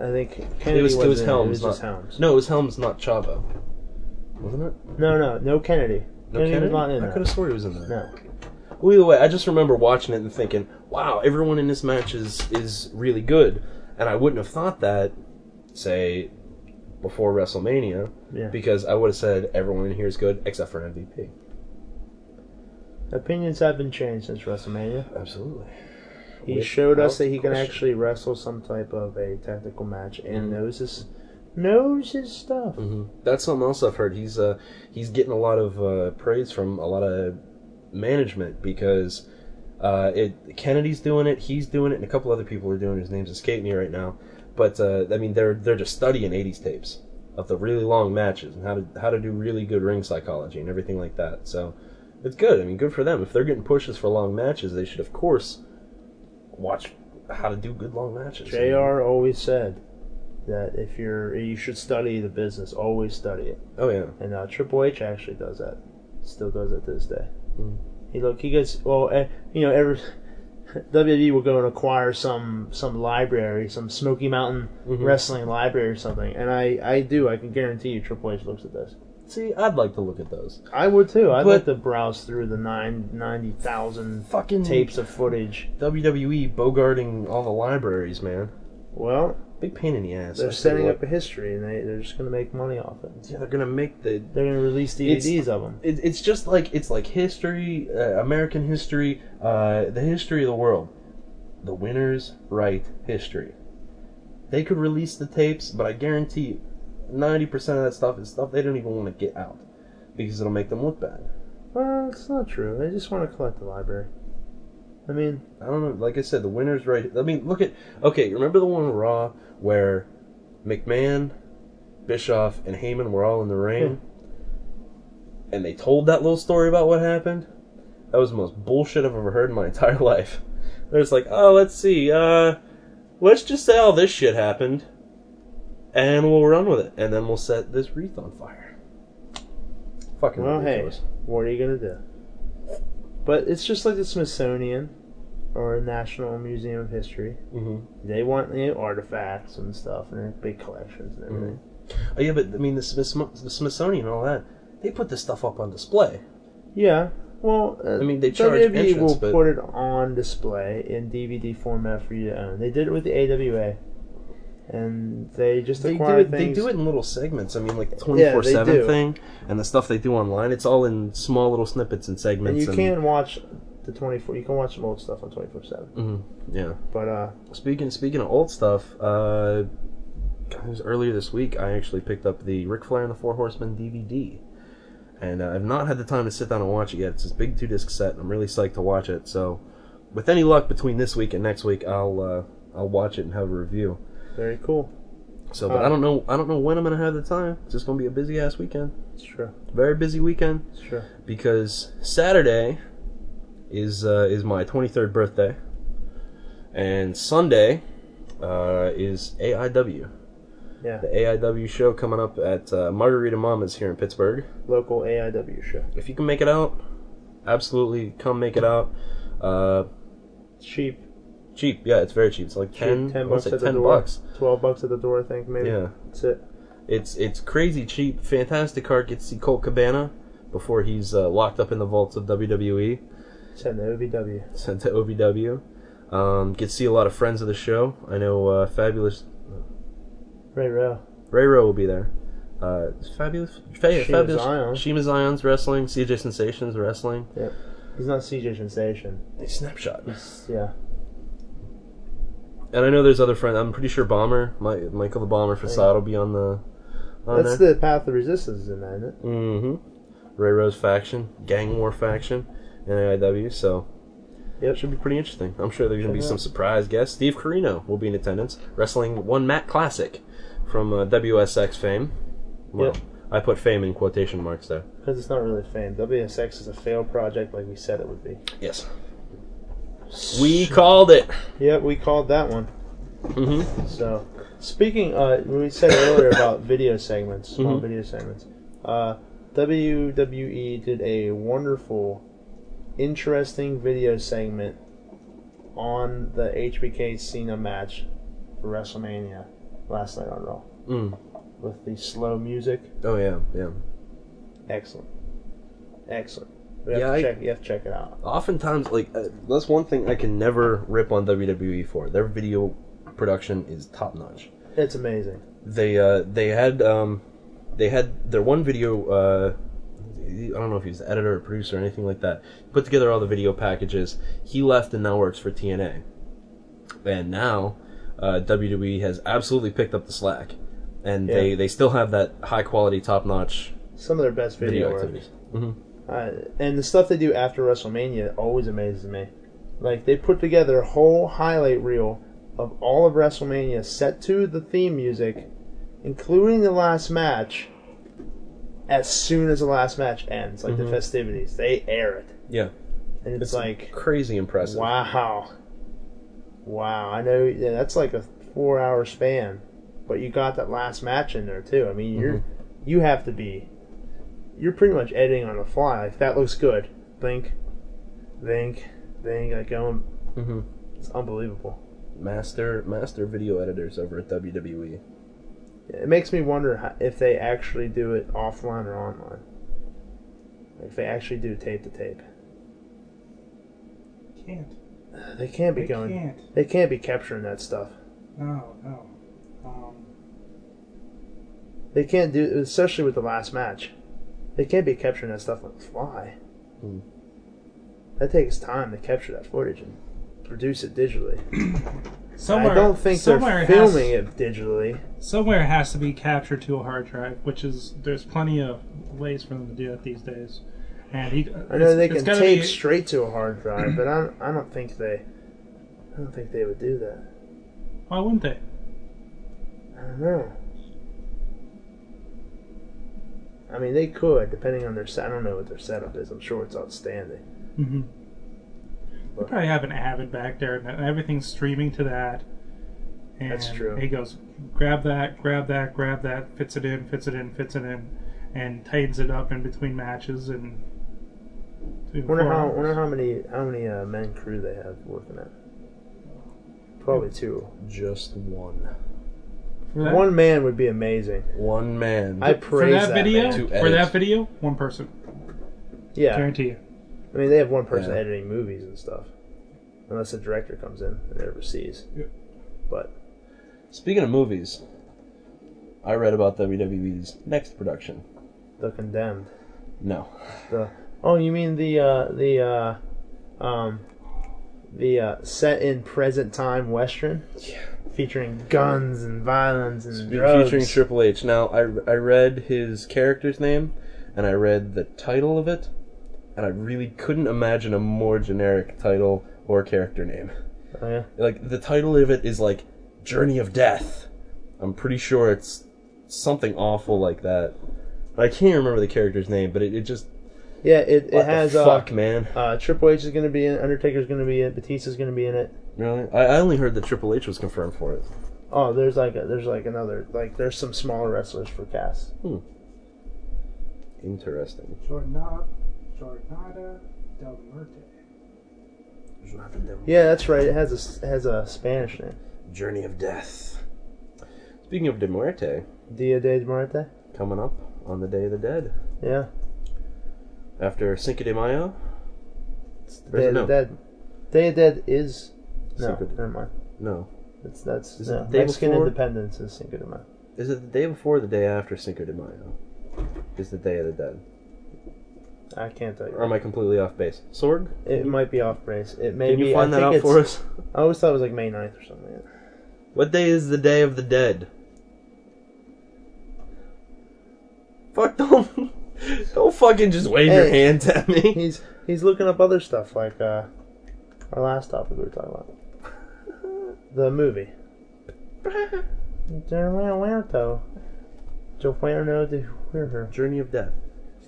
Speaker 2: I think Kennedy
Speaker 3: it was
Speaker 2: wasn't
Speaker 3: it was
Speaker 2: in
Speaker 3: Helms,
Speaker 2: It was
Speaker 3: not
Speaker 2: just Helms.
Speaker 3: No, it was Helms, not Chavo. Wasn't it?
Speaker 2: No, no, no Kennedy.
Speaker 3: No
Speaker 2: Kennedy, was
Speaker 3: Kennedy?
Speaker 2: not in
Speaker 3: I
Speaker 2: that.
Speaker 3: could have swore he was in there.
Speaker 2: No.
Speaker 3: Well, either way, I just remember watching it and thinking, "Wow, everyone in this match is is really good," and I wouldn't have thought that, say, before WrestleMania,
Speaker 2: Yeah.
Speaker 3: because I would have said everyone in here is good except for an MVP.
Speaker 2: Opinions have been changed since WrestleMania.
Speaker 3: Absolutely.
Speaker 2: He
Speaker 1: With
Speaker 2: showed us
Speaker 1: no
Speaker 2: that he can
Speaker 1: question.
Speaker 2: actually wrestle some type of a tactical match and knows his knows his stuff.
Speaker 3: Mm-hmm. That's something else I've heard. He's uh he's getting a lot of uh, praise from a lot of management because uh, it Kennedy's doing it, he's doing it, and a couple other people are doing. it. His names escape me right now, but uh, I mean they're they're just studying '80s tapes of the really long matches and how to how to do really good ring psychology and everything like that. So it's good. I mean, good for them. If they're getting pushes for long matches, they should of course watch how to do good long matches.
Speaker 2: Jr. always said that if you're you should study the business, always study it.
Speaker 3: Oh yeah.
Speaker 2: And uh, Triple H actually does that, still does it to this day.
Speaker 3: Mm.
Speaker 2: He look he gets well, eh, you know, ever WWE E will go and acquire some some library, some Smoky Mountain
Speaker 3: Mhm.
Speaker 2: wrestling library or something. And I I do I can guarantee you Triple H looks at this.
Speaker 3: See, I'd like to look at those.
Speaker 2: I would too. I'd
Speaker 3: But-
Speaker 2: like to browse through the nine ninety thousand
Speaker 3: Fucking
Speaker 2: tapes of footage.
Speaker 3: WWE E bogarting all the libraries, man.
Speaker 2: Well,
Speaker 3: Big pain in the ass. I
Speaker 2: they're
Speaker 3: tell
Speaker 2: setting
Speaker 3: you
Speaker 2: up a history, and they they're just gonna make money off it.
Speaker 3: what. Yeah, they're gonna make the.
Speaker 2: They're gonna release DVDs
Speaker 3: It's-
Speaker 2: of them.
Speaker 3: It, it's just like it's like history, uh, American history, uh, the history of the world. The winners write history. They could release the tapes, but I guarantee, ninety percent of that stuff is stuff they don't even want to get out, because it'll make them look bad.
Speaker 2: Well, it's not true. They just want to collect the library. I mean,
Speaker 3: I don't know. Like I said, the winner's right. I mean, look at. Okay, remember the one on Raw where McMahon, Bischoff, and Heyman were all in the ring?
Speaker 2: Hmm.
Speaker 3: and they told that little story about what happened? That was the most bullshit I've ever heard in my entire life. They're just like, oh, let's see. Uh, let's just say all this shit happened. And we'll run with it. And then we'll set this wreath on fire. Fucking
Speaker 2: Well, hey.
Speaker 3: ridiculous.
Speaker 2: what are you gonna do? But it's just like the Smithsonian or National Museum of History.
Speaker 3: hmm
Speaker 2: They want the artifacts and stuff and their big collections and everything.
Speaker 3: Oh, yeah, but I mean, the, Smith- the Smithsonian and all that, they put this stuff up on display.
Speaker 2: Yeah. Well,
Speaker 3: I
Speaker 2: uh,
Speaker 3: mean, they charge
Speaker 2: WWE
Speaker 3: entrance,
Speaker 2: will
Speaker 3: but-
Speaker 2: put it on display in DVD format for you to own. They did it with the AWA, and they just
Speaker 3: They do,
Speaker 2: acquire
Speaker 3: it, they
Speaker 2: things.
Speaker 3: do it in little segments. I mean, like the
Speaker 2: Yeah,
Speaker 3: 24
Speaker 2: they
Speaker 3: 7
Speaker 2: do.
Speaker 3: thing and the stuff they do online, it's all in small little snippets and
Speaker 2: and
Speaker 3: segments.
Speaker 2: you can watch the twenty four. You can watch some old stuff on twenty four seven.
Speaker 3: Mhm, yeah.
Speaker 2: But uh,
Speaker 3: Speaking speaking of old stuff, uh, God, it was earlier this week I actually picked up the Ric Flair and the Four Horsemen DVD, and uh, I've not had the time to sit down and watch it yet. It's this big two disc set, and I'm really psyched to watch it. So, with any luck between this week and next week, I'll uh, I'll watch it and have a review.
Speaker 2: very cool.
Speaker 3: So, but I don't know I don't know when I'm gonna have the time. It's just gonna be a busy ass weekend,
Speaker 2: It's true.
Speaker 3: very busy weekend
Speaker 2: It's true.
Speaker 3: because Saturday is uh, is my 23rd birthday, and Sunday uh, is AIW.
Speaker 2: Yeah.
Speaker 3: The AIW show coming up at uh, Margarita Mama's here in Pittsburgh.
Speaker 2: Local AIW show.
Speaker 3: If you can make it out, absolutely come make it out. Uh,
Speaker 2: Cheap.
Speaker 3: cheap, yeah, it's very cheap. It's like
Speaker 2: Cheap.
Speaker 3: 10,
Speaker 2: Ten,
Speaker 3: I wanna
Speaker 2: bucks
Speaker 3: say
Speaker 2: at the
Speaker 3: 10
Speaker 2: door.
Speaker 3: bucks.
Speaker 2: Twelve bucks at the door. I think maybe.
Speaker 3: Yeah,
Speaker 2: That's it.
Speaker 3: it's it's crazy cheap. Fantastic card gets to see Colt Cabana before he's uh, locked up in the vaults of WWE.
Speaker 2: Send the OVW.
Speaker 3: sent to OVW. Um, get to see a lot of friends of the show. I know uh, Fabulous
Speaker 2: Ray Row.
Speaker 3: Ray Rowe will be there. Uh, fabulous, fa-
Speaker 2: Shima
Speaker 3: fabulous
Speaker 2: Zion.
Speaker 3: Shima Zion's wrestling. CJ Sensations wrestling.
Speaker 2: He's not CJ Sensation.
Speaker 3: Snapshot.
Speaker 2: He's yeah.
Speaker 3: And I know there's other friends. I'm pretty sure Bomber, my, Michael the Bomber Facade will be on the. On
Speaker 2: That's
Speaker 3: there.
Speaker 2: the path of resistance, is in that, isn't it?
Speaker 3: Mm-hmm. Ray Rowe's faction, Gang War faction, in AIW. So
Speaker 2: Yep.
Speaker 3: should be pretty interesting. I'm sure there's gonna be
Speaker 2: Check it
Speaker 3: some
Speaker 2: out.
Speaker 3: surprise guests. Steve Carino will be in attendance, wrestling one Matt Classic from uh, WSX fame. Well,
Speaker 2: Yep.
Speaker 3: I put fame in quotation marks there.
Speaker 2: Because it's not really fame. WSX is a failed project, like we said it would be.
Speaker 3: Yes, we called it.
Speaker 2: Yep, we called that one.
Speaker 3: hmm
Speaker 2: Mm-hmm. So, speaking, uh, we said earlier about video segments, small
Speaker 3: Mm-hmm.
Speaker 2: video segments. Uh, WWE did a wonderful, interesting video segment on the HBK Cena match for WrestleMania last night on Raw
Speaker 3: Mm.
Speaker 2: with the slow music.
Speaker 3: Oh yeah, yeah.
Speaker 2: Excellent, excellent. We have
Speaker 3: Yeah,
Speaker 2: to
Speaker 3: I-
Speaker 2: check. You have to check it out.
Speaker 3: Oftentimes, like uh, that's one thing I can never rip on WWE for. Their video production is top notch.
Speaker 2: It's amazing.
Speaker 3: they uh, they had um, they had their one video. Uh, I don't know if he's the editor or producer or anything like that. Put together all the video packages. He left and now works for TNA. and now uh, WWE has absolutely picked up the slack, and
Speaker 2: Yeah.
Speaker 3: they they still have that high quality, top notch
Speaker 2: Some of their best video,
Speaker 3: video
Speaker 2: work.
Speaker 3: activities.
Speaker 2: Uh, and the stuff they do after WrestleMania always amazes me. Like they put together a whole highlight reel of all of WrestleMania set to the theme music, including the last match. As soon as the last match ends, like the festivities, they air it,
Speaker 3: Mm-hmm. Yeah,
Speaker 2: and it's, like,
Speaker 3: crazy impressive.
Speaker 2: wow, wow. I know yeah, that's like a four-hour span, but you got that last match in there too. I mean, you're you have to be you're pretty much editing on the fly. Like that looks good. Think, think, think. Like going,
Speaker 3: Mhm.
Speaker 2: it's unbelievable.
Speaker 3: Master master video editors over at E. WWE.
Speaker 2: It makes me wonder how, if they actually do it offline or online. Like if they actually do tape to tape,
Speaker 4: Can't.
Speaker 2: they can't be
Speaker 4: They
Speaker 2: going.
Speaker 4: can't.
Speaker 2: They can't be capturing that stuff.
Speaker 4: No, no. Um,
Speaker 2: They can't do, especially with the last match. They can't be capturing that stuff on the fly.
Speaker 3: Hmm.
Speaker 2: That takes time to capture that footage and produce it digitally.
Speaker 4: somewhere,
Speaker 2: I don't think they're
Speaker 4: somewhere
Speaker 2: filming
Speaker 4: has,
Speaker 2: it digitally.
Speaker 4: Somewhere it has to be captured to a hard drive, which is there's plenty of ways for them to do it these days. And he,
Speaker 2: I know they
Speaker 4: it's
Speaker 2: can
Speaker 4: gotta
Speaker 2: tape
Speaker 4: be-
Speaker 2: straight to a hard drive, but I don't, I don't think they, I don't think they would do that.
Speaker 4: Why wouldn't they?
Speaker 2: I don't know. I mean, they could, depending on their. se- I don't know what their setup is. I'm sure it's outstanding.
Speaker 4: Mm-hmm. They probably have an Avid back there, and everything's streaming to that. And
Speaker 2: That's true.
Speaker 4: He goes, grab that, grab that, grab that, fits it in, fits it in, fits it in, and tightens it up in between matches. And between
Speaker 2: Wonder
Speaker 4: four
Speaker 2: how,
Speaker 4: hours.
Speaker 2: wonder how many, how many uh, men crew they have working at. Probably two.
Speaker 3: Just one
Speaker 4: for that,
Speaker 2: One man would be amazing.
Speaker 3: one man.
Speaker 2: I
Speaker 4: for
Speaker 2: praise
Speaker 4: that, video,
Speaker 2: man.
Speaker 3: To
Speaker 4: for
Speaker 3: edit.
Speaker 4: that video, one person,
Speaker 2: Yeah,
Speaker 4: guarantee you.
Speaker 2: I mean they have one person
Speaker 3: Yeah.
Speaker 2: editing movies and stuff, unless the director comes in and oversees.
Speaker 4: Yep.
Speaker 2: But
Speaker 3: Speaking of movies, I read about WWE's next production.
Speaker 2: the condemned.
Speaker 3: No,
Speaker 2: The oh, you mean the uh, the uh, um, the uh, set in present time western?
Speaker 3: Yeah.
Speaker 2: Featuring guns and violence and
Speaker 3: Fe-
Speaker 2: drugs.
Speaker 3: featuring Triple H. Now, I, I read his character's name, and I read the title of it, and I really couldn't imagine a more generic title or character name.
Speaker 2: Oh, yeah.
Speaker 3: Like the title of it is like Journey of Death. I'm pretty sure it's something awful like that. I can't remember the character's name, but it, it just
Speaker 2: yeah, it,
Speaker 3: what
Speaker 2: it has
Speaker 3: the
Speaker 2: uh,
Speaker 3: fuck, man.
Speaker 2: uh, Triple H is going to be in, Undertaker's going to be in, it, Batista's going to be in it.
Speaker 3: Really, I, I only heard that Triple H was confirmed for it.
Speaker 2: Oh, there's like a, there's like another like there's some smaller wrestlers for cast.
Speaker 3: Interesting.
Speaker 4: Jornada, Jornada del Norte.
Speaker 2: Yeah, that's right. It has a s- has a Spanish name.
Speaker 3: Journey of Death. Speaking of De Muerte,
Speaker 2: Dia de Muerte.
Speaker 3: coming up on the Day of the Dead.
Speaker 2: Yeah,
Speaker 3: After Cinco de Mayo?
Speaker 2: it's the
Speaker 3: Or is
Speaker 2: Day
Speaker 3: it
Speaker 2: of the
Speaker 3: no?
Speaker 2: Dead. Day of the Dead is no,
Speaker 3: Cinco de-
Speaker 2: never mind.
Speaker 3: No.
Speaker 2: It's that's
Speaker 3: Is it
Speaker 2: no.
Speaker 3: the day
Speaker 2: Mexican
Speaker 3: before?
Speaker 2: Independence is Cinco de Mayo.
Speaker 3: Is it the day before or the day after Cinco de Mayo? Is the Day of the Dead.
Speaker 2: I can't tell you.
Speaker 3: Or am I completely off base? Sorg?
Speaker 2: It might be off base. It may
Speaker 3: Can
Speaker 2: be.
Speaker 3: you find that
Speaker 2: I think
Speaker 3: out
Speaker 2: it's,
Speaker 3: for us?
Speaker 2: I always thought it was like May 9th or something.
Speaker 3: What day is the Day of the Dead? Fuck, don't. Don't fucking just wave your
Speaker 2: Hey.
Speaker 3: hands at me.
Speaker 2: He's he's looking up other stuff like uh, our last topic we were talking about. The movie. Muerto. Jofuerno de Huerher.
Speaker 3: Journey of Death.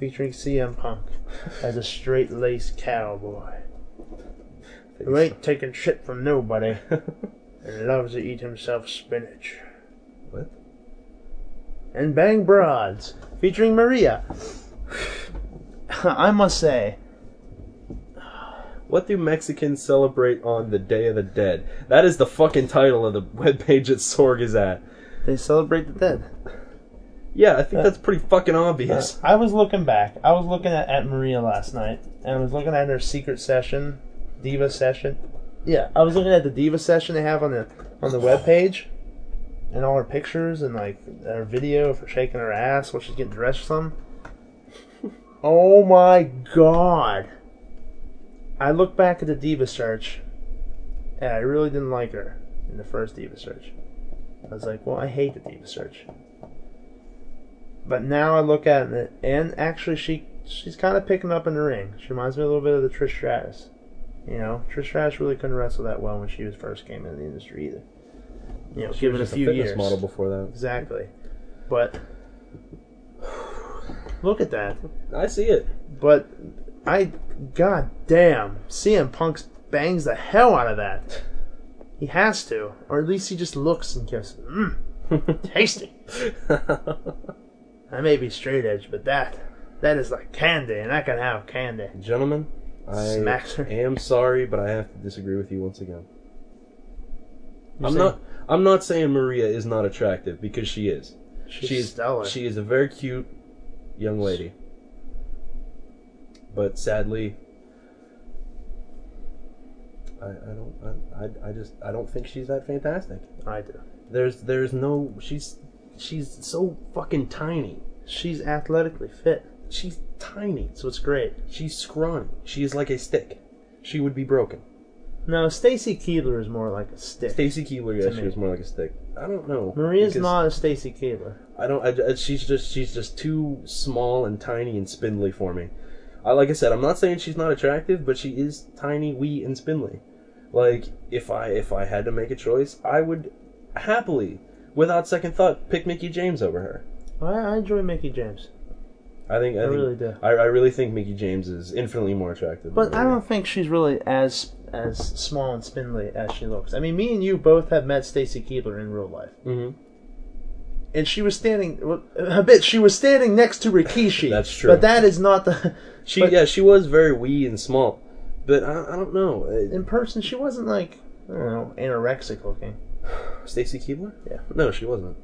Speaker 2: featuring CM Punk as a straight laced cowboy. Who
Speaker 3: Right.
Speaker 2: ain't taking shit from nobody and loves to eat himself spinach.
Speaker 3: What?
Speaker 2: And Bang Broads featuring Maria. I must say,
Speaker 3: What do Mexicans celebrate on the Day of the Dead? That is the fucking title of the webpage that Sorg is at.
Speaker 2: they celebrate the dead.
Speaker 3: Yeah, I think that's pretty fucking obvious.
Speaker 2: I was looking back. I was looking at, at Maria last night, and I was looking at her secret session, diva session. Yeah, I was looking at the diva session they have on the on the web page, and all her pictures and like her video of her shaking her ass while she's getting dressed. or Some. Oh my god! I looked back at the diva search, and I really didn't like her. in the first Diva Search. I was like, well, I hate the Diva Search. But now I look at it, and actually, she she's kind of picking up in the ring. She reminds me a little bit of the Trish Stratus. You know, Trish Stratus really couldn't wrestle that well when she was first came into the industry either. You know,
Speaker 3: She
Speaker 2: give
Speaker 3: was
Speaker 2: it a
Speaker 3: just
Speaker 2: few
Speaker 3: fitness
Speaker 2: years.
Speaker 3: model before that.
Speaker 2: Exactly. But look at that.
Speaker 3: I see it.
Speaker 2: But I, god damn, CM Punk bangs the hell out of that. He has to, or at least he just looks and goes, mmm, tasty. I may be straight edge, but that, that is like candy, and I can have candy.
Speaker 3: Gentlemen, I
Speaker 2: Smacks her.
Speaker 3: am sorry, but I have to disagree with you once again. I'm
Speaker 2: saying-
Speaker 3: not. I'm not saying Maria is not attractive because she is.
Speaker 2: She's,
Speaker 3: She's
Speaker 2: stellar.
Speaker 3: She is a very cute young lady. But sadly, I, I don't. I, I, I just. I don't think she's that fantastic.
Speaker 2: I do.
Speaker 3: There's. There's no. She's. She's so fucking tiny.
Speaker 2: She's athletically fit,
Speaker 3: She's tiny.
Speaker 2: so it's great.
Speaker 3: She's scrawny. She is like a stick. She would be broken.
Speaker 2: No, Stacy Keebler is more like a stick.
Speaker 3: Stacy Keebler, yeah,
Speaker 2: To
Speaker 3: she
Speaker 2: me.
Speaker 3: was more like a stick. I don't know.
Speaker 2: Maria's
Speaker 3: because
Speaker 2: not a Stacy Keebler.
Speaker 3: I don't. I, I- she's just. She's just too small and tiny and spindly for me. I like I said. I'm not saying she's not attractive, but she is tiny, wee, and spindly. Like if I if I had to make a choice, I would happily, without second thought, pick Mickey James over her.
Speaker 2: I, I enjoy Mickey James,
Speaker 3: I think. I, think,
Speaker 2: really do.
Speaker 3: I, I really think Mickey James is infinitely more attractive.
Speaker 2: but
Speaker 3: than
Speaker 2: I
Speaker 3: Maria.
Speaker 2: don't think she's really as as small and spindly as she looks. I mean, me and you both have met Stacy Keebler in real life,
Speaker 3: Mhm.
Speaker 2: and she was standing well, a bit. She was standing next to Rikishi.
Speaker 3: That's true.
Speaker 2: But that is not the
Speaker 3: She
Speaker 2: but
Speaker 3: yeah, she was very wee and small, but I, I don't know. Uh,
Speaker 2: in person. She wasn't like I don't know anorexic looking.
Speaker 3: Stacy Uh, Keebler?
Speaker 2: Yeah.
Speaker 3: No, she wasn't.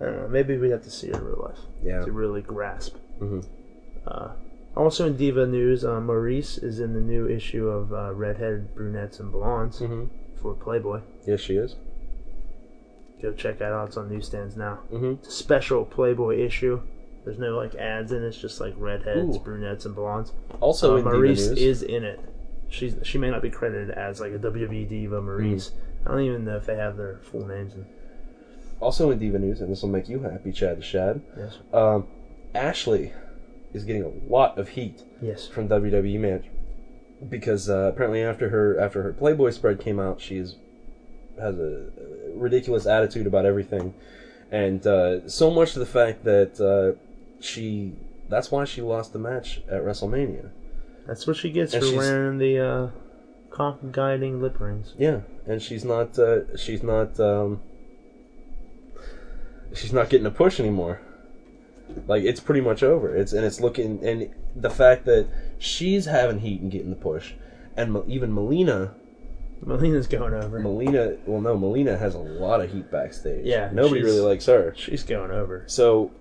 Speaker 2: I don't know. Maybe we'd have to see her in real life
Speaker 3: Yeah.
Speaker 2: to really grasp.
Speaker 3: Mhm.
Speaker 2: Uh, also in diva news, uh, Maurice is in the new issue of uh, Redheaded Brunettes and Blondes
Speaker 3: Mhm.
Speaker 2: for Playboy.
Speaker 3: Yes, she is.
Speaker 2: Go check that out. It's on newsstands now.
Speaker 3: Mhm.
Speaker 2: It's a special Playboy issue. There's no like ads in it. It's just like redheads,
Speaker 3: Ooh.
Speaker 2: brunettes, and blondes.
Speaker 3: Also,
Speaker 2: Uh,
Speaker 3: in Diva
Speaker 2: Maurice
Speaker 3: news-
Speaker 2: is in it. She's she may not be credited as like a WB diva
Speaker 3: Hmm.
Speaker 2: Maurice. I don't even know if they have their full names. In.
Speaker 3: Also in Diva News, and this will make you happy, Chad the Shad.
Speaker 2: Yes.
Speaker 3: Um, Ashley is getting a lot of heat
Speaker 2: Yes.
Speaker 3: from WWE match because uh, apparently after her after her Playboy spread came out, she's has a ridiculous attitude about everything, and uh, so much to the fact that uh, she that's why she lost the match at WrestleMania.
Speaker 2: That's what she gets
Speaker 3: And
Speaker 2: for
Speaker 3: she's-
Speaker 2: wearing the uh, comp guiding lip rings.
Speaker 3: Yeah, and she's not uh, she's not um, she's not getting a push anymore. Like it's pretty much over. It's and it's looking and the fact that she's having heat and getting the push, and Ma- even Melina,
Speaker 2: Melina's going over.
Speaker 3: Melina, well no, Melina has a lot of heat backstage.
Speaker 2: Yeah,
Speaker 3: nobody
Speaker 2: she's-
Speaker 3: really likes her.
Speaker 2: She's going over.
Speaker 3: So,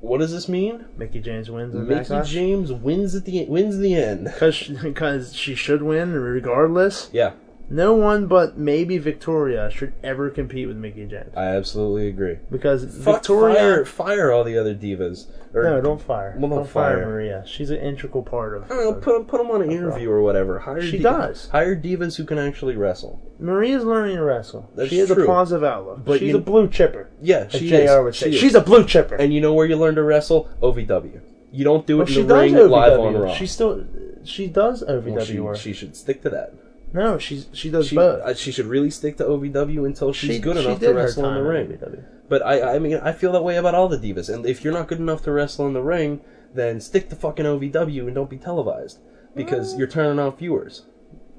Speaker 3: what does this mean?
Speaker 2: Mickey James wins. in
Speaker 3: Mickey
Speaker 2: backlash.
Speaker 3: James wins at the wins the end.
Speaker 2: because she, 'cause she should win regardless.
Speaker 3: Yeah,
Speaker 2: No one but maybe Victoria should ever compete with Mickey James
Speaker 3: I absolutely agree.
Speaker 2: because
Speaker 3: Fuck,
Speaker 2: Victoria.
Speaker 3: fire, fire all the other divas. Or
Speaker 2: No, don't fire.
Speaker 3: Well, don't
Speaker 2: don't fire.
Speaker 3: fire.
Speaker 2: Maria. She's an integral part of.
Speaker 3: I don't know, put put them on an
Speaker 2: That's
Speaker 3: interview or whatever. Hire
Speaker 2: She
Speaker 3: di-
Speaker 2: does.
Speaker 3: hire divas who can actually wrestle.
Speaker 2: Maria's learning to wrestle.
Speaker 3: That's
Speaker 2: she has
Speaker 3: true.
Speaker 2: a positive outlook.
Speaker 3: But
Speaker 2: she's
Speaker 3: you-
Speaker 2: a blue chipper.
Speaker 3: Yeah,
Speaker 2: As
Speaker 3: she
Speaker 2: Jr.
Speaker 3: is.
Speaker 2: would
Speaker 3: She
Speaker 2: say,
Speaker 3: is.
Speaker 2: she's a blue chipper.
Speaker 3: and you know where you learn to wrestle? OVW. You don't do it
Speaker 2: Well,
Speaker 3: in
Speaker 2: she
Speaker 3: the
Speaker 2: does
Speaker 3: ring
Speaker 2: OVW.
Speaker 3: live on Raw.
Speaker 2: She still she does OVW
Speaker 3: Well, she,
Speaker 2: work.
Speaker 3: she should stick to that.
Speaker 2: no, she's she does
Speaker 3: She,
Speaker 2: both.
Speaker 3: uh, she should really stick to OVW until she's
Speaker 2: She-
Speaker 3: good
Speaker 2: she
Speaker 3: enough
Speaker 2: did
Speaker 3: to
Speaker 2: her
Speaker 3: wrestle in
Speaker 2: time
Speaker 3: the
Speaker 2: at
Speaker 3: ring.
Speaker 2: OVW.
Speaker 3: But I, I mean, I feel that way about all the divas. And if you're not good enough to wrestle in the ring, then stick to fucking OVW and don't be televised because you're turning off viewers.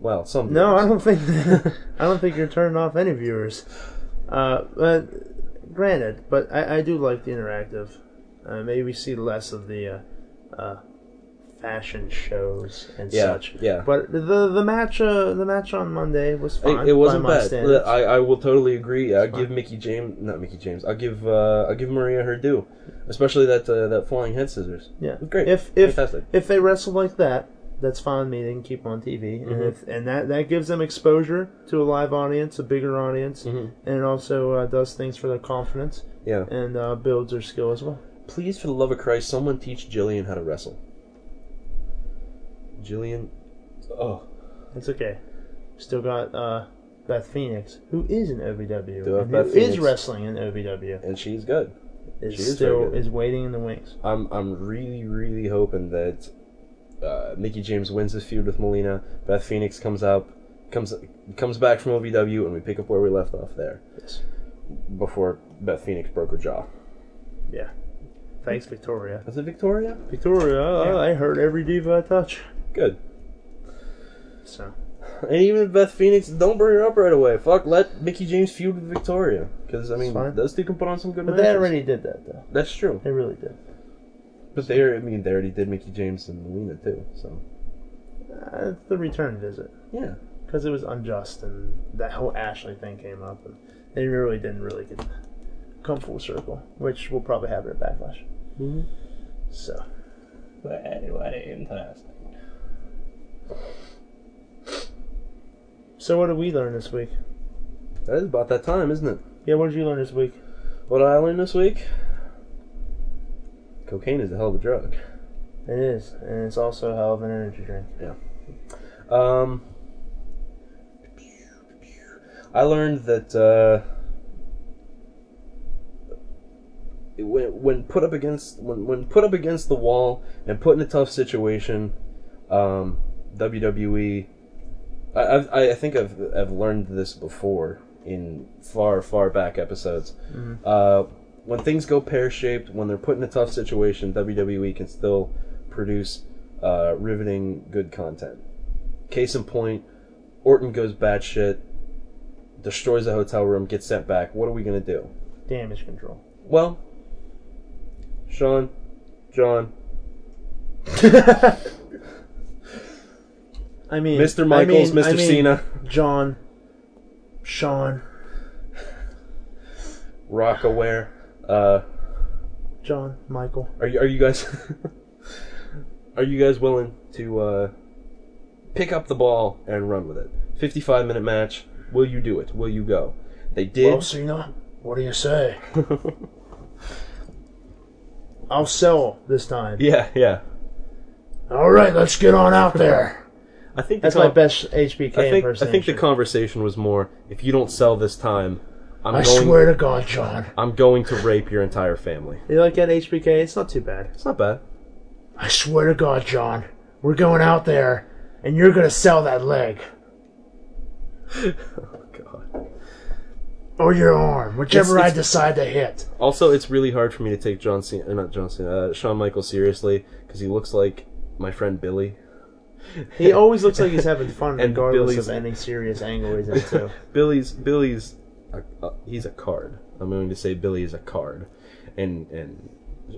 Speaker 3: Well, some
Speaker 2: No, I
Speaker 3: viewers.
Speaker 2: don't think I don't think you're turning off any viewers. Uh, but granted, but I, I do like the interactive. Uh, maybe we see less of the uh, uh, fashion shows and
Speaker 3: Yeah,
Speaker 2: such.
Speaker 3: yeah.
Speaker 2: But the the match uh, the match on Monday was fine.
Speaker 3: It, it wasn't
Speaker 2: by my
Speaker 3: bad.
Speaker 2: standards.
Speaker 3: I, I will totally agree. I'll give
Speaker 2: fine.
Speaker 3: Mickey James, not Mickey James. I'll give uh, I'll give Maria her due, especially that uh, that flying head scissors.
Speaker 2: yeah,
Speaker 3: Great.
Speaker 2: If if
Speaker 3: Fantastic.
Speaker 2: if they wrestle like that, that's fine. with Me, they can keep on TV,
Speaker 3: Mm-hmm.
Speaker 2: and if and that that gives them exposure to a live audience, a bigger audience,
Speaker 3: Mm-hmm.
Speaker 2: and it also uh, does things for their confidence
Speaker 3: Yeah.
Speaker 2: and uh, builds their skill as well.
Speaker 3: Please, for the love of Christ, someone teach Jillian how to wrestle. Jillian, oh,
Speaker 2: Oh. It's okay. Still got uh Beth Phoenix, who is in OVW,
Speaker 3: Do it,
Speaker 2: and
Speaker 3: Beth
Speaker 2: who
Speaker 3: Phoenix.
Speaker 2: is wrestling in OVW,
Speaker 3: and she's good.
Speaker 2: is,
Speaker 3: She is very
Speaker 2: still
Speaker 3: good.
Speaker 2: is waiting in the wings.
Speaker 3: I'm I'm really really hoping that uh, Mickey James wins this feud with Molina. Beth Phoenix comes up, comes comes back from OVW, and we pick up where we left off there
Speaker 2: Yes.
Speaker 3: before Beth Phoenix broke her jaw.
Speaker 2: Yeah. Thanks, Victoria.
Speaker 3: Was it Victoria?
Speaker 2: Victoria, uh, I heard every diva I touch.
Speaker 3: Good.
Speaker 2: So
Speaker 3: And even if Beth Phoenix, don't bring her up right away. Fuck, let Mickey James feud with Victoria. Because, I mean,
Speaker 2: fine.
Speaker 3: those two can put on some good
Speaker 2: But
Speaker 3: matches.
Speaker 2: they already did that though.
Speaker 3: That's true.
Speaker 2: They really did.
Speaker 3: But they, already- I mean, they already did Mickey James and Molina, too. So,
Speaker 2: Uh, the return visit.
Speaker 3: yeah.
Speaker 2: Because it was unjust and that whole Ashley thing came up and they really didn't really get come full circle. Which will probably happen at Backlash. Mm-hmm.
Speaker 3: Mhm.
Speaker 2: So
Speaker 5: But anyway, interesting.
Speaker 2: So what did we learn this week?
Speaker 3: That is about that time, isn't it?
Speaker 2: Yeah, what did you learn this week?
Speaker 3: What did I learned this week? Cocaine is a hell of a drug.
Speaker 2: It is. And it's also a hell of an energy drink.
Speaker 3: Um, I learned that uh, when, when put up against when, when put up against the wall and put in a tough situation, um, WWE. I, I've, I I think I've I've learned this before in far far back episodes. Uh, when things go pear shaped, when they're put in a tough situation, WWE can still produce uh, riveting good content. Case in point, Orton goes batshit, destroys a hotel room, gets sent back. What are we gonna do?
Speaker 2: Damage control.
Speaker 3: Well, Sean, John,
Speaker 2: I mean
Speaker 3: Mr.
Speaker 2: I mean-
Speaker 3: Michaels, Mr.
Speaker 2: I mean,
Speaker 3: Cena,
Speaker 2: John Sean
Speaker 3: Rock Aware. Uh,
Speaker 2: John Michael.
Speaker 3: are you are you guys are you guys willing to uh, pick up the ball and run with it? Fifty-five minute match. Will you do it? Will you go? They did.
Speaker 2: Well, Cena, what do you say? I'll sell this time.
Speaker 3: yeah, yeah.
Speaker 2: All right, let's get on out there.
Speaker 3: I think
Speaker 2: That's
Speaker 3: the con-
Speaker 2: my best HBK
Speaker 3: I think I
Speaker 2: impersonation.
Speaker 3: think the conversation was more. If you don't sell this time, I'm
Speaker 2: I
Speaker 3: going.
Speaker 2: swear to God, John.
Speaker 3: I'm going to rape your entire family.
Speaker 2: You like that HBK? It's not too bad.
Speaker 3: It's not bad.
Speaker 2: I swear to God, John, we're going out there, and you're gonna sell that leg
Speaker 3: Oh God.
Speaker 2: or your arm, whichever
Speaker 3: It's-
Speaker 2: I decide to hit.
Speaker 3: Also, it's really hard for me to take John Cena, uh, not John Cena, uh, Shawn Michaels seriously because he looks like my friend Billy.
Speaker 2: He always looks like he's having fun,
Speaker 3: And
Speaker 2: regardless
Speaker 3: Billy's-
Speaker 2: of any serious angle he's into.
Speaker 3: Billy's Billy's a, uh, he's a card. I'm going to say Billy is a card, and and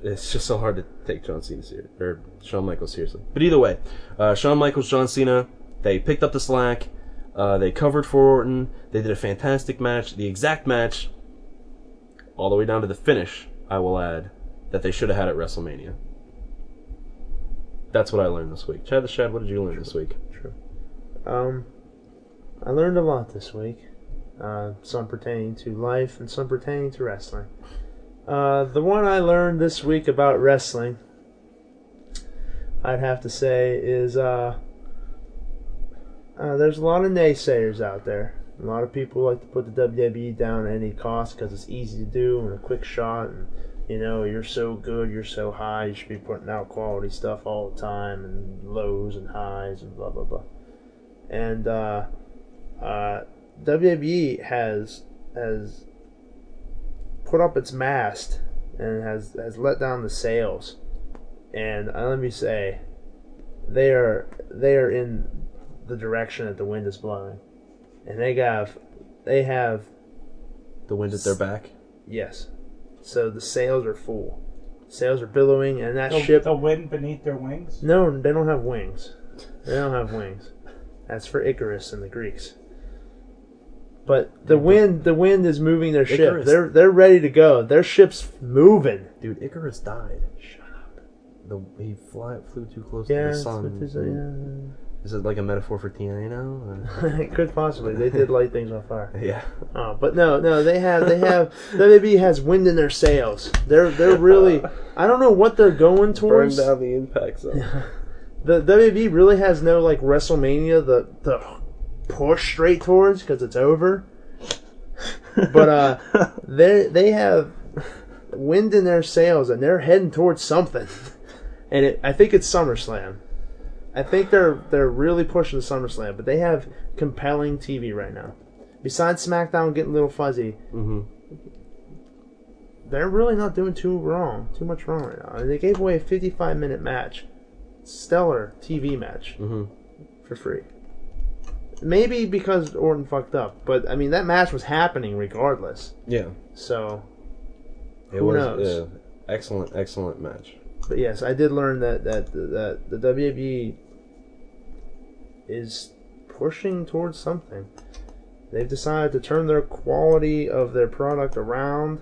Speaker 3: it's just so hard to take John Cena ser- or Shawn Michaels seriously. But either way, uh, Shawn Michaels, John Cena, they picked up the slack. Uh, they covered for Orton. They did a fantastic match, the exact match, all the way down to the finish. I will add that they should have had at WrestleMania. That's what I learned this week. Chad the Shad, what did you learn this week?
Speaker 2: Um, I learned a lot this week. Uh, some pertaining to life and some pertaining to wrestling. Uh, the one I learned this week about wrestling, I'd have to say, is uh, uh, there's a lot of naysayers out there. A lot of people like to put the WWE down at any cost because it's easy to do and a quick shot. And you know, you're so good, you're so high, you should be putting out quality stuff all the time and lows and highs and blah blah blah and uh, uh, WWE has has put up its mast and has has let down the sails. And uh, let me say, they are they are in the direction that the wind is blowing, and they got they have
Speaker 3: The wind at their back.
Speaker 2: yes, so the sails are full, sails are billowing, and that
Speaker 4: The,
Speaker 2: ship
Speaker 4: the wind beneath their wings.
Speaker 2: no, they don't have wings. They don't have wings. That's for Icarus and the Greeks. But the wind, the wind is moving their ship.
Speaker 3: Icarus.
Speaker 2: They're they're ready to go. Their ship's moving.
Speaker 3: Dude, Icarus died. Shut up. The he fly, flew too close to
Speaker 2: Yeah,
Speaker 3: the
Speaker 2: it's-
Speaker 3: sun.
Speaker 2: it is, uh,
Speaker 3: Is it like a metaphor for TNA now?
Speaker 2: yeah. it could possibly. They did light things on fire.
Speaker 3: Or- yeah.
Speaker 2: Oh, but no, no, they have they have WWE has wind in their sails. They're they're really. I don't know what they're going towards.
Speaker 3: the impact zone.
Speaker 2: The WWE really has no like WrestleMania the the push straight towards because it's over. But uh, they they have wind in their sails and they're heading towards something. And it, I think it's SummerSlam. I think they're they're really pushing the SummerSlam, but they have compelling TV right now. Besides SmackDown getting a little fuzzy,
Speaker 3: Mhm.
Speaker 2: they're really not doing too wrong, too much wrong right now. And They gave away a 55 minute match, stellar TV match
Speaker 3: Mhm.
Speaker 2: for free. Maybe because Orton fucked up, but I mean that match was happening regardless.
Speaker 3: Yeah.
Speaker 2: So,
Speaker 3: It
Speaker 2: Who
Speaker 3: was
Speaker 2: knows?
Speaker 3: yeah, excellent, excellent match.
Speaker 2: but yes, I did learn that that that the WWE is pushing towards something. They've decided to turn their quality of their product around,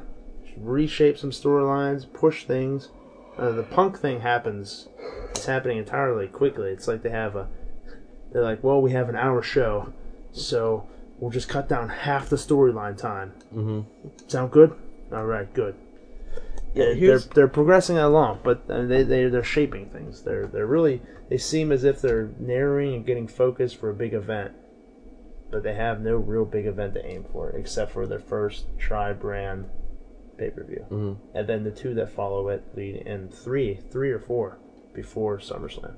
Speaker 2: reshape some storylines, push things. Uh, the punk thing happens. It's happening entirely quickly. It's like they have a. They're like, well, we have an hour show, so we'll just cut down half the storyline time.
Speaker 3: Mhm.
Speaker 2: Sound good? All right, good. Yeah, they're
Speaker 3: here's-
Speaker 2: they're progressing along, but uh, they they they're shaping things. They're they're really they seem as if they're narrowing and getting focused for a big event, but they have no real big event to aim for except for their first tri brand pay per view,
Speaker 3: Mhm.
Speaker 2: and then the two that follow it lead and three three or four before SummerSlam.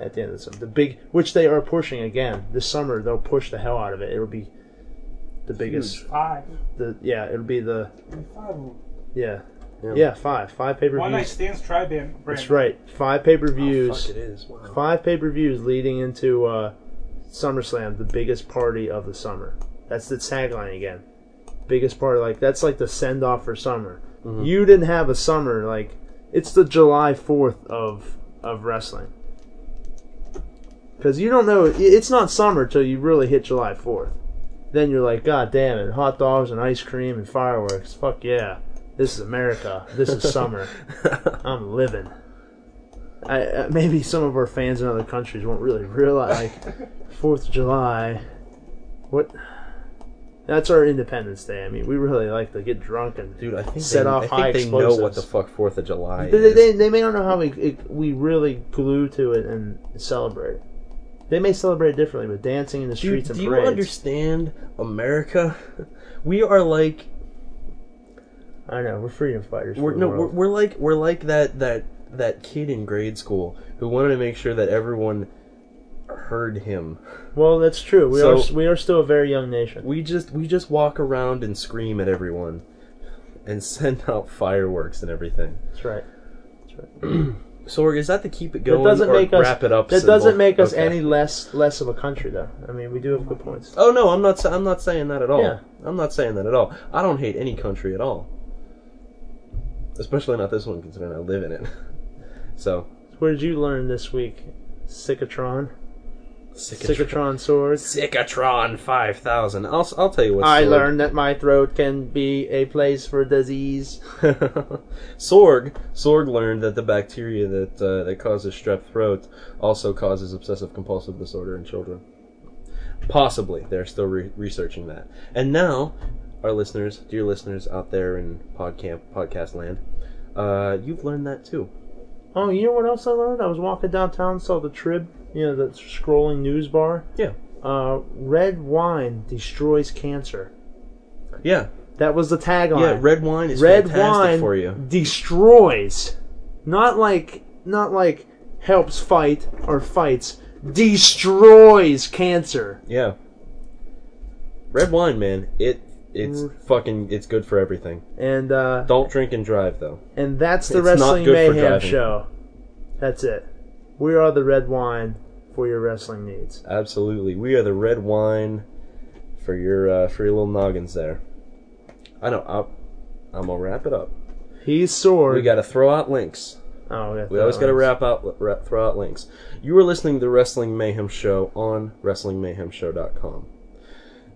Speaker 2: At the end of the summer, the big which they are pushing again this summer, they'll push the hell out of it. It'll be the biggest,
Speaker 4: Five.
Speaker 2: the yeah, it'll be the
Speaker 4: Five of them.
Speaker 2: yeah,
Speaker 3: Yeah.
Speaker 2: yeah, five five pay per
Speaker 4: One night
Speaker 2: views.
Speaker 4: stands tri band.
Speaker 2: That's right. Five pay per views.
Speaker 3: Oh, Fuck, it is. Wow.
Speaker 2: five pay per views leading into uh, SummerSlam, the biggest party of the summer. That's the tagline again. Biggest party, like that's like the send off for summer. You didn't have a summer like it's the July Fourth of of wrestling. Because you don't know, i- it's not summer till you really hit July Fourth. Then you're like, God damn it, hot dogs and ice cream and fireworks. Fuck yeah, this is America. This is summer. I'm living. I, uh, maybe some of our fans in other countries won't really realize like Fourth of July. What? That's our Independence Day. I mean, we really like to get drunk and
Speaker 3: Dude, I think
Speaker 2: Set
Speaker 3: they,
Speaker 2: off
Speaker 3: I think
Speaker 2: high
Speaker 3: they know what
Speaker 2: explosives.
Speaker 3: the fuck Fourth of July
Speaker 2: But they,
Speaker 3: is.
Speaker 2: they, they may not know how we it, we really glue to it and celebrate. it. They may celebrate it differently, but dancing in the
Speaker 3: Dude,
Speaker 2: streets
Speaker 3: do
Speaker 2: and
Speaker 3: you
Speaker 2: parades.
Speaker 3: understand America? We are like
Speaker 2: I know we're freedom fighters.
Speaker 3: we're
Speaker 2: for the
Speaker 3: no
Speaker 2: world.
Speaker 3: we're, we're like we're like that that that kid in grade school who wanted to make sure that everyone heard him.
Speaker 2: well, that's true. We
Speaker 3: So-
Speaker 2: are we are still a very young nation.
Speaker 3: We just we just walk around and scream at everyone and send out fireworks and everything.
Speaker 2: That's right.
Speaker 3: So is that to keep it
Speaker 2: That
Speaker 3: going
Speaker 2: doesn't
Speaker 3: or
Speaker 2: make us
Speaker 3: wrap it up?
Speaker 2: That
Speaker 3: symbol?
Speaker 2: doesn't make us
Speaker 3: Okay.
Speaker 2: any less less of a country, though. I mean, we do have good points.
Speaker 3: Oh no, I'm not. sa- I'm not saying that at all.
Speaker 2: Yeah.
Speaker 3: I'm not saying that at all. I don't hate any country at all, especially not this one, considering I live in it. So
Speaker 2: What did you learn this week? Psychotron,
Speaker 3: Psychotron,
Speaker 2: Psychotron swords.
Speaker 3: Psychotron five thousand. I'll s- I'll tell you what.
Speaker 2: I
Speaker 3: Sorg-
Speaker 2: learned that my throat can be a place for disease.
Speaker 3: Sorg Sorg learned that the bacteria that uh, that causes strep throat also causes obsessive compulsive disorder in children. Possibly, they're still re- researching that. And now, our listeners, dear listeners out there in podcamp podcast land, uh, you've learned that too.
Speaker 2: Oh, you know what else I learned? I was walking downtown, saw the Trib, you know, the scrolling news bar.
Speaker 3: Yeah,
Speaker 2: Uh, red wine destroys cancer.
Speaker 3: yeah,
Speaker 2: That was the tagline.
Speaker 3: yeah. Red wine is
Speaker 2: Red
Speaker 3: fantastic
Speaker 2: wine
Speaker 3: for you.
Speaker 2: destroys, not like not like helps fight or fights. Destroys cancer.
Speaker 3: Yeah. Red wine, man. It it's
Speaker 2: Mm.
Speaker 3: fucking it's good for everything.
Speaker 2: And uh,
Speaker 3: Don't drink and drive though.
Speaker 2: And that's the
Speaker 3: It's not
Speaker 2: Wrestling
Speaker 3: good for
Speaker 2: Mayhem
Speaker 3: driving.
Speaker 2: show. That's it. We are the red wine for your wrestling needs.
Speaker 3: Absolutely. We are the red wine for your uh, for your little noggins there. I know. I'll, I'm gonna wrap it up.
Speaker 2: He's sore.
Speaker 3: We gotta throw out links.
Speaker 2: oh, we,
Speaker 3: We always gotta wrap out wrap, throw out links. You are listening to the Wrestling Mayhem Show on WrestlingMayhemShow.com.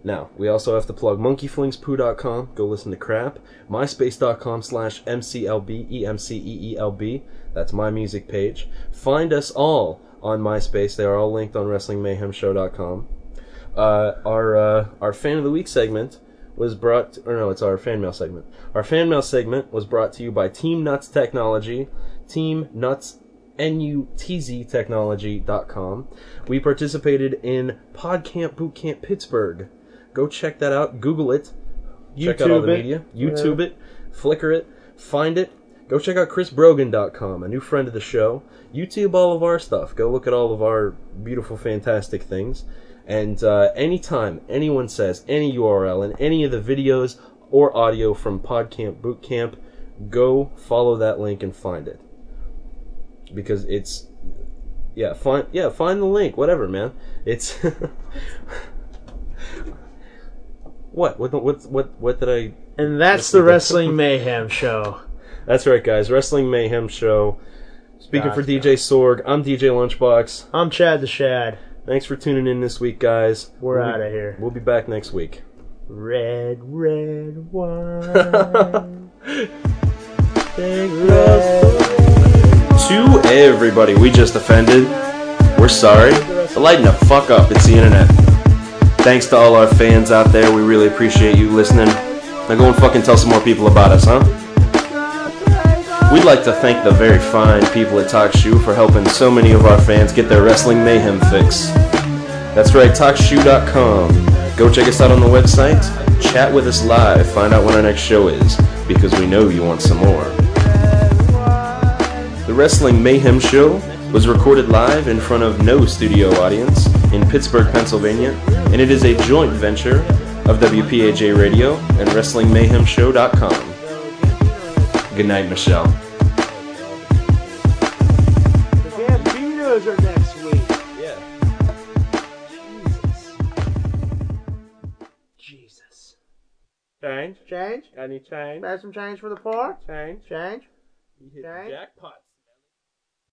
Speaker 3: Now we also have to plug MonkeyFlingsPoo.com. Go listen to crap. MySpace.com/slash E MCLB That's my music page. Find us all on MySpace. They are all linked on WrestlingMayhemShow.com. Uh, our uh, our fan of the week segment was brought or no, it's our fan mail segment. Our fan mail segment was brought to you by Team Nuts Technology, teamnuts nutztechnology.com. We participated in PodCamp Bootcamp Pittsburgh. Go check that out. Google it. Check out all the
Speaker 2: YouTube it.
Speaker 3: media. YouTube it. Flickr it. Find it. Go check out chrisbrogan.com, a new friend of the show. YouTube all of our stuff. Go look at all of our beautiful, fantastic things. And uh, anytime anyone says any URL in any of the videos or audio from PodCamp Bootcamp, go follow that link and find it because it's yeah find yeah find the link whatever man it's what what what what what did I
Speaker 2: And that's the Wrestling Mayhem show.
Speaker 3: that's right guys wrestling mayhem show speaking for
Speaker 2: Gotcha.
Speaker 3: DJ Sorg I'm DJ Lunchbox
Speaker 2: I'm Chad the Shad.
Speaker 3: thanks for tuning in this week guys
Speaker 2: We're
Speaker 3: We'll be-
Speaker 2: outta here.
Speaker 3: we'll be back next week
Speaker 2: Red, red wine. Big red
Speaker 3: to everybody we just offended we're sorry but lighten the fuck up it's the internet thanks to all our fans out there we really appreciate you listening now go and fucking tell some more people about us huh We'd like to thank the very fine people at TalkShoe for helping so many of our fans get their wrestling mayhem fix. That's right, TalkShoe.com. Go check us out on the website, chat with us live, find out when our next show is, because we know you want some more. The Wrestling Mayhem Show was recorded live in front of no studio audience in Pittsburgh, Pennsylvania, and it is a joint venture of WPAJ Radio and WrestlingMayhemShow.com. Good night, Michelle.
Speaker 2: The Gambinos are next week.
Speaker 3: Yeah.
Speaker 2: Jesus. Jesus.
Speaker 3: Change?
Speaker 2: Change?
Speaker 3: Any change?
Speaker 2: Have some change for the poor?
Speaker 3: Change?
Speaker 2: Change?
Speaker 3: You hit
Speaker 2: Change?
Speaker 3: jackpot.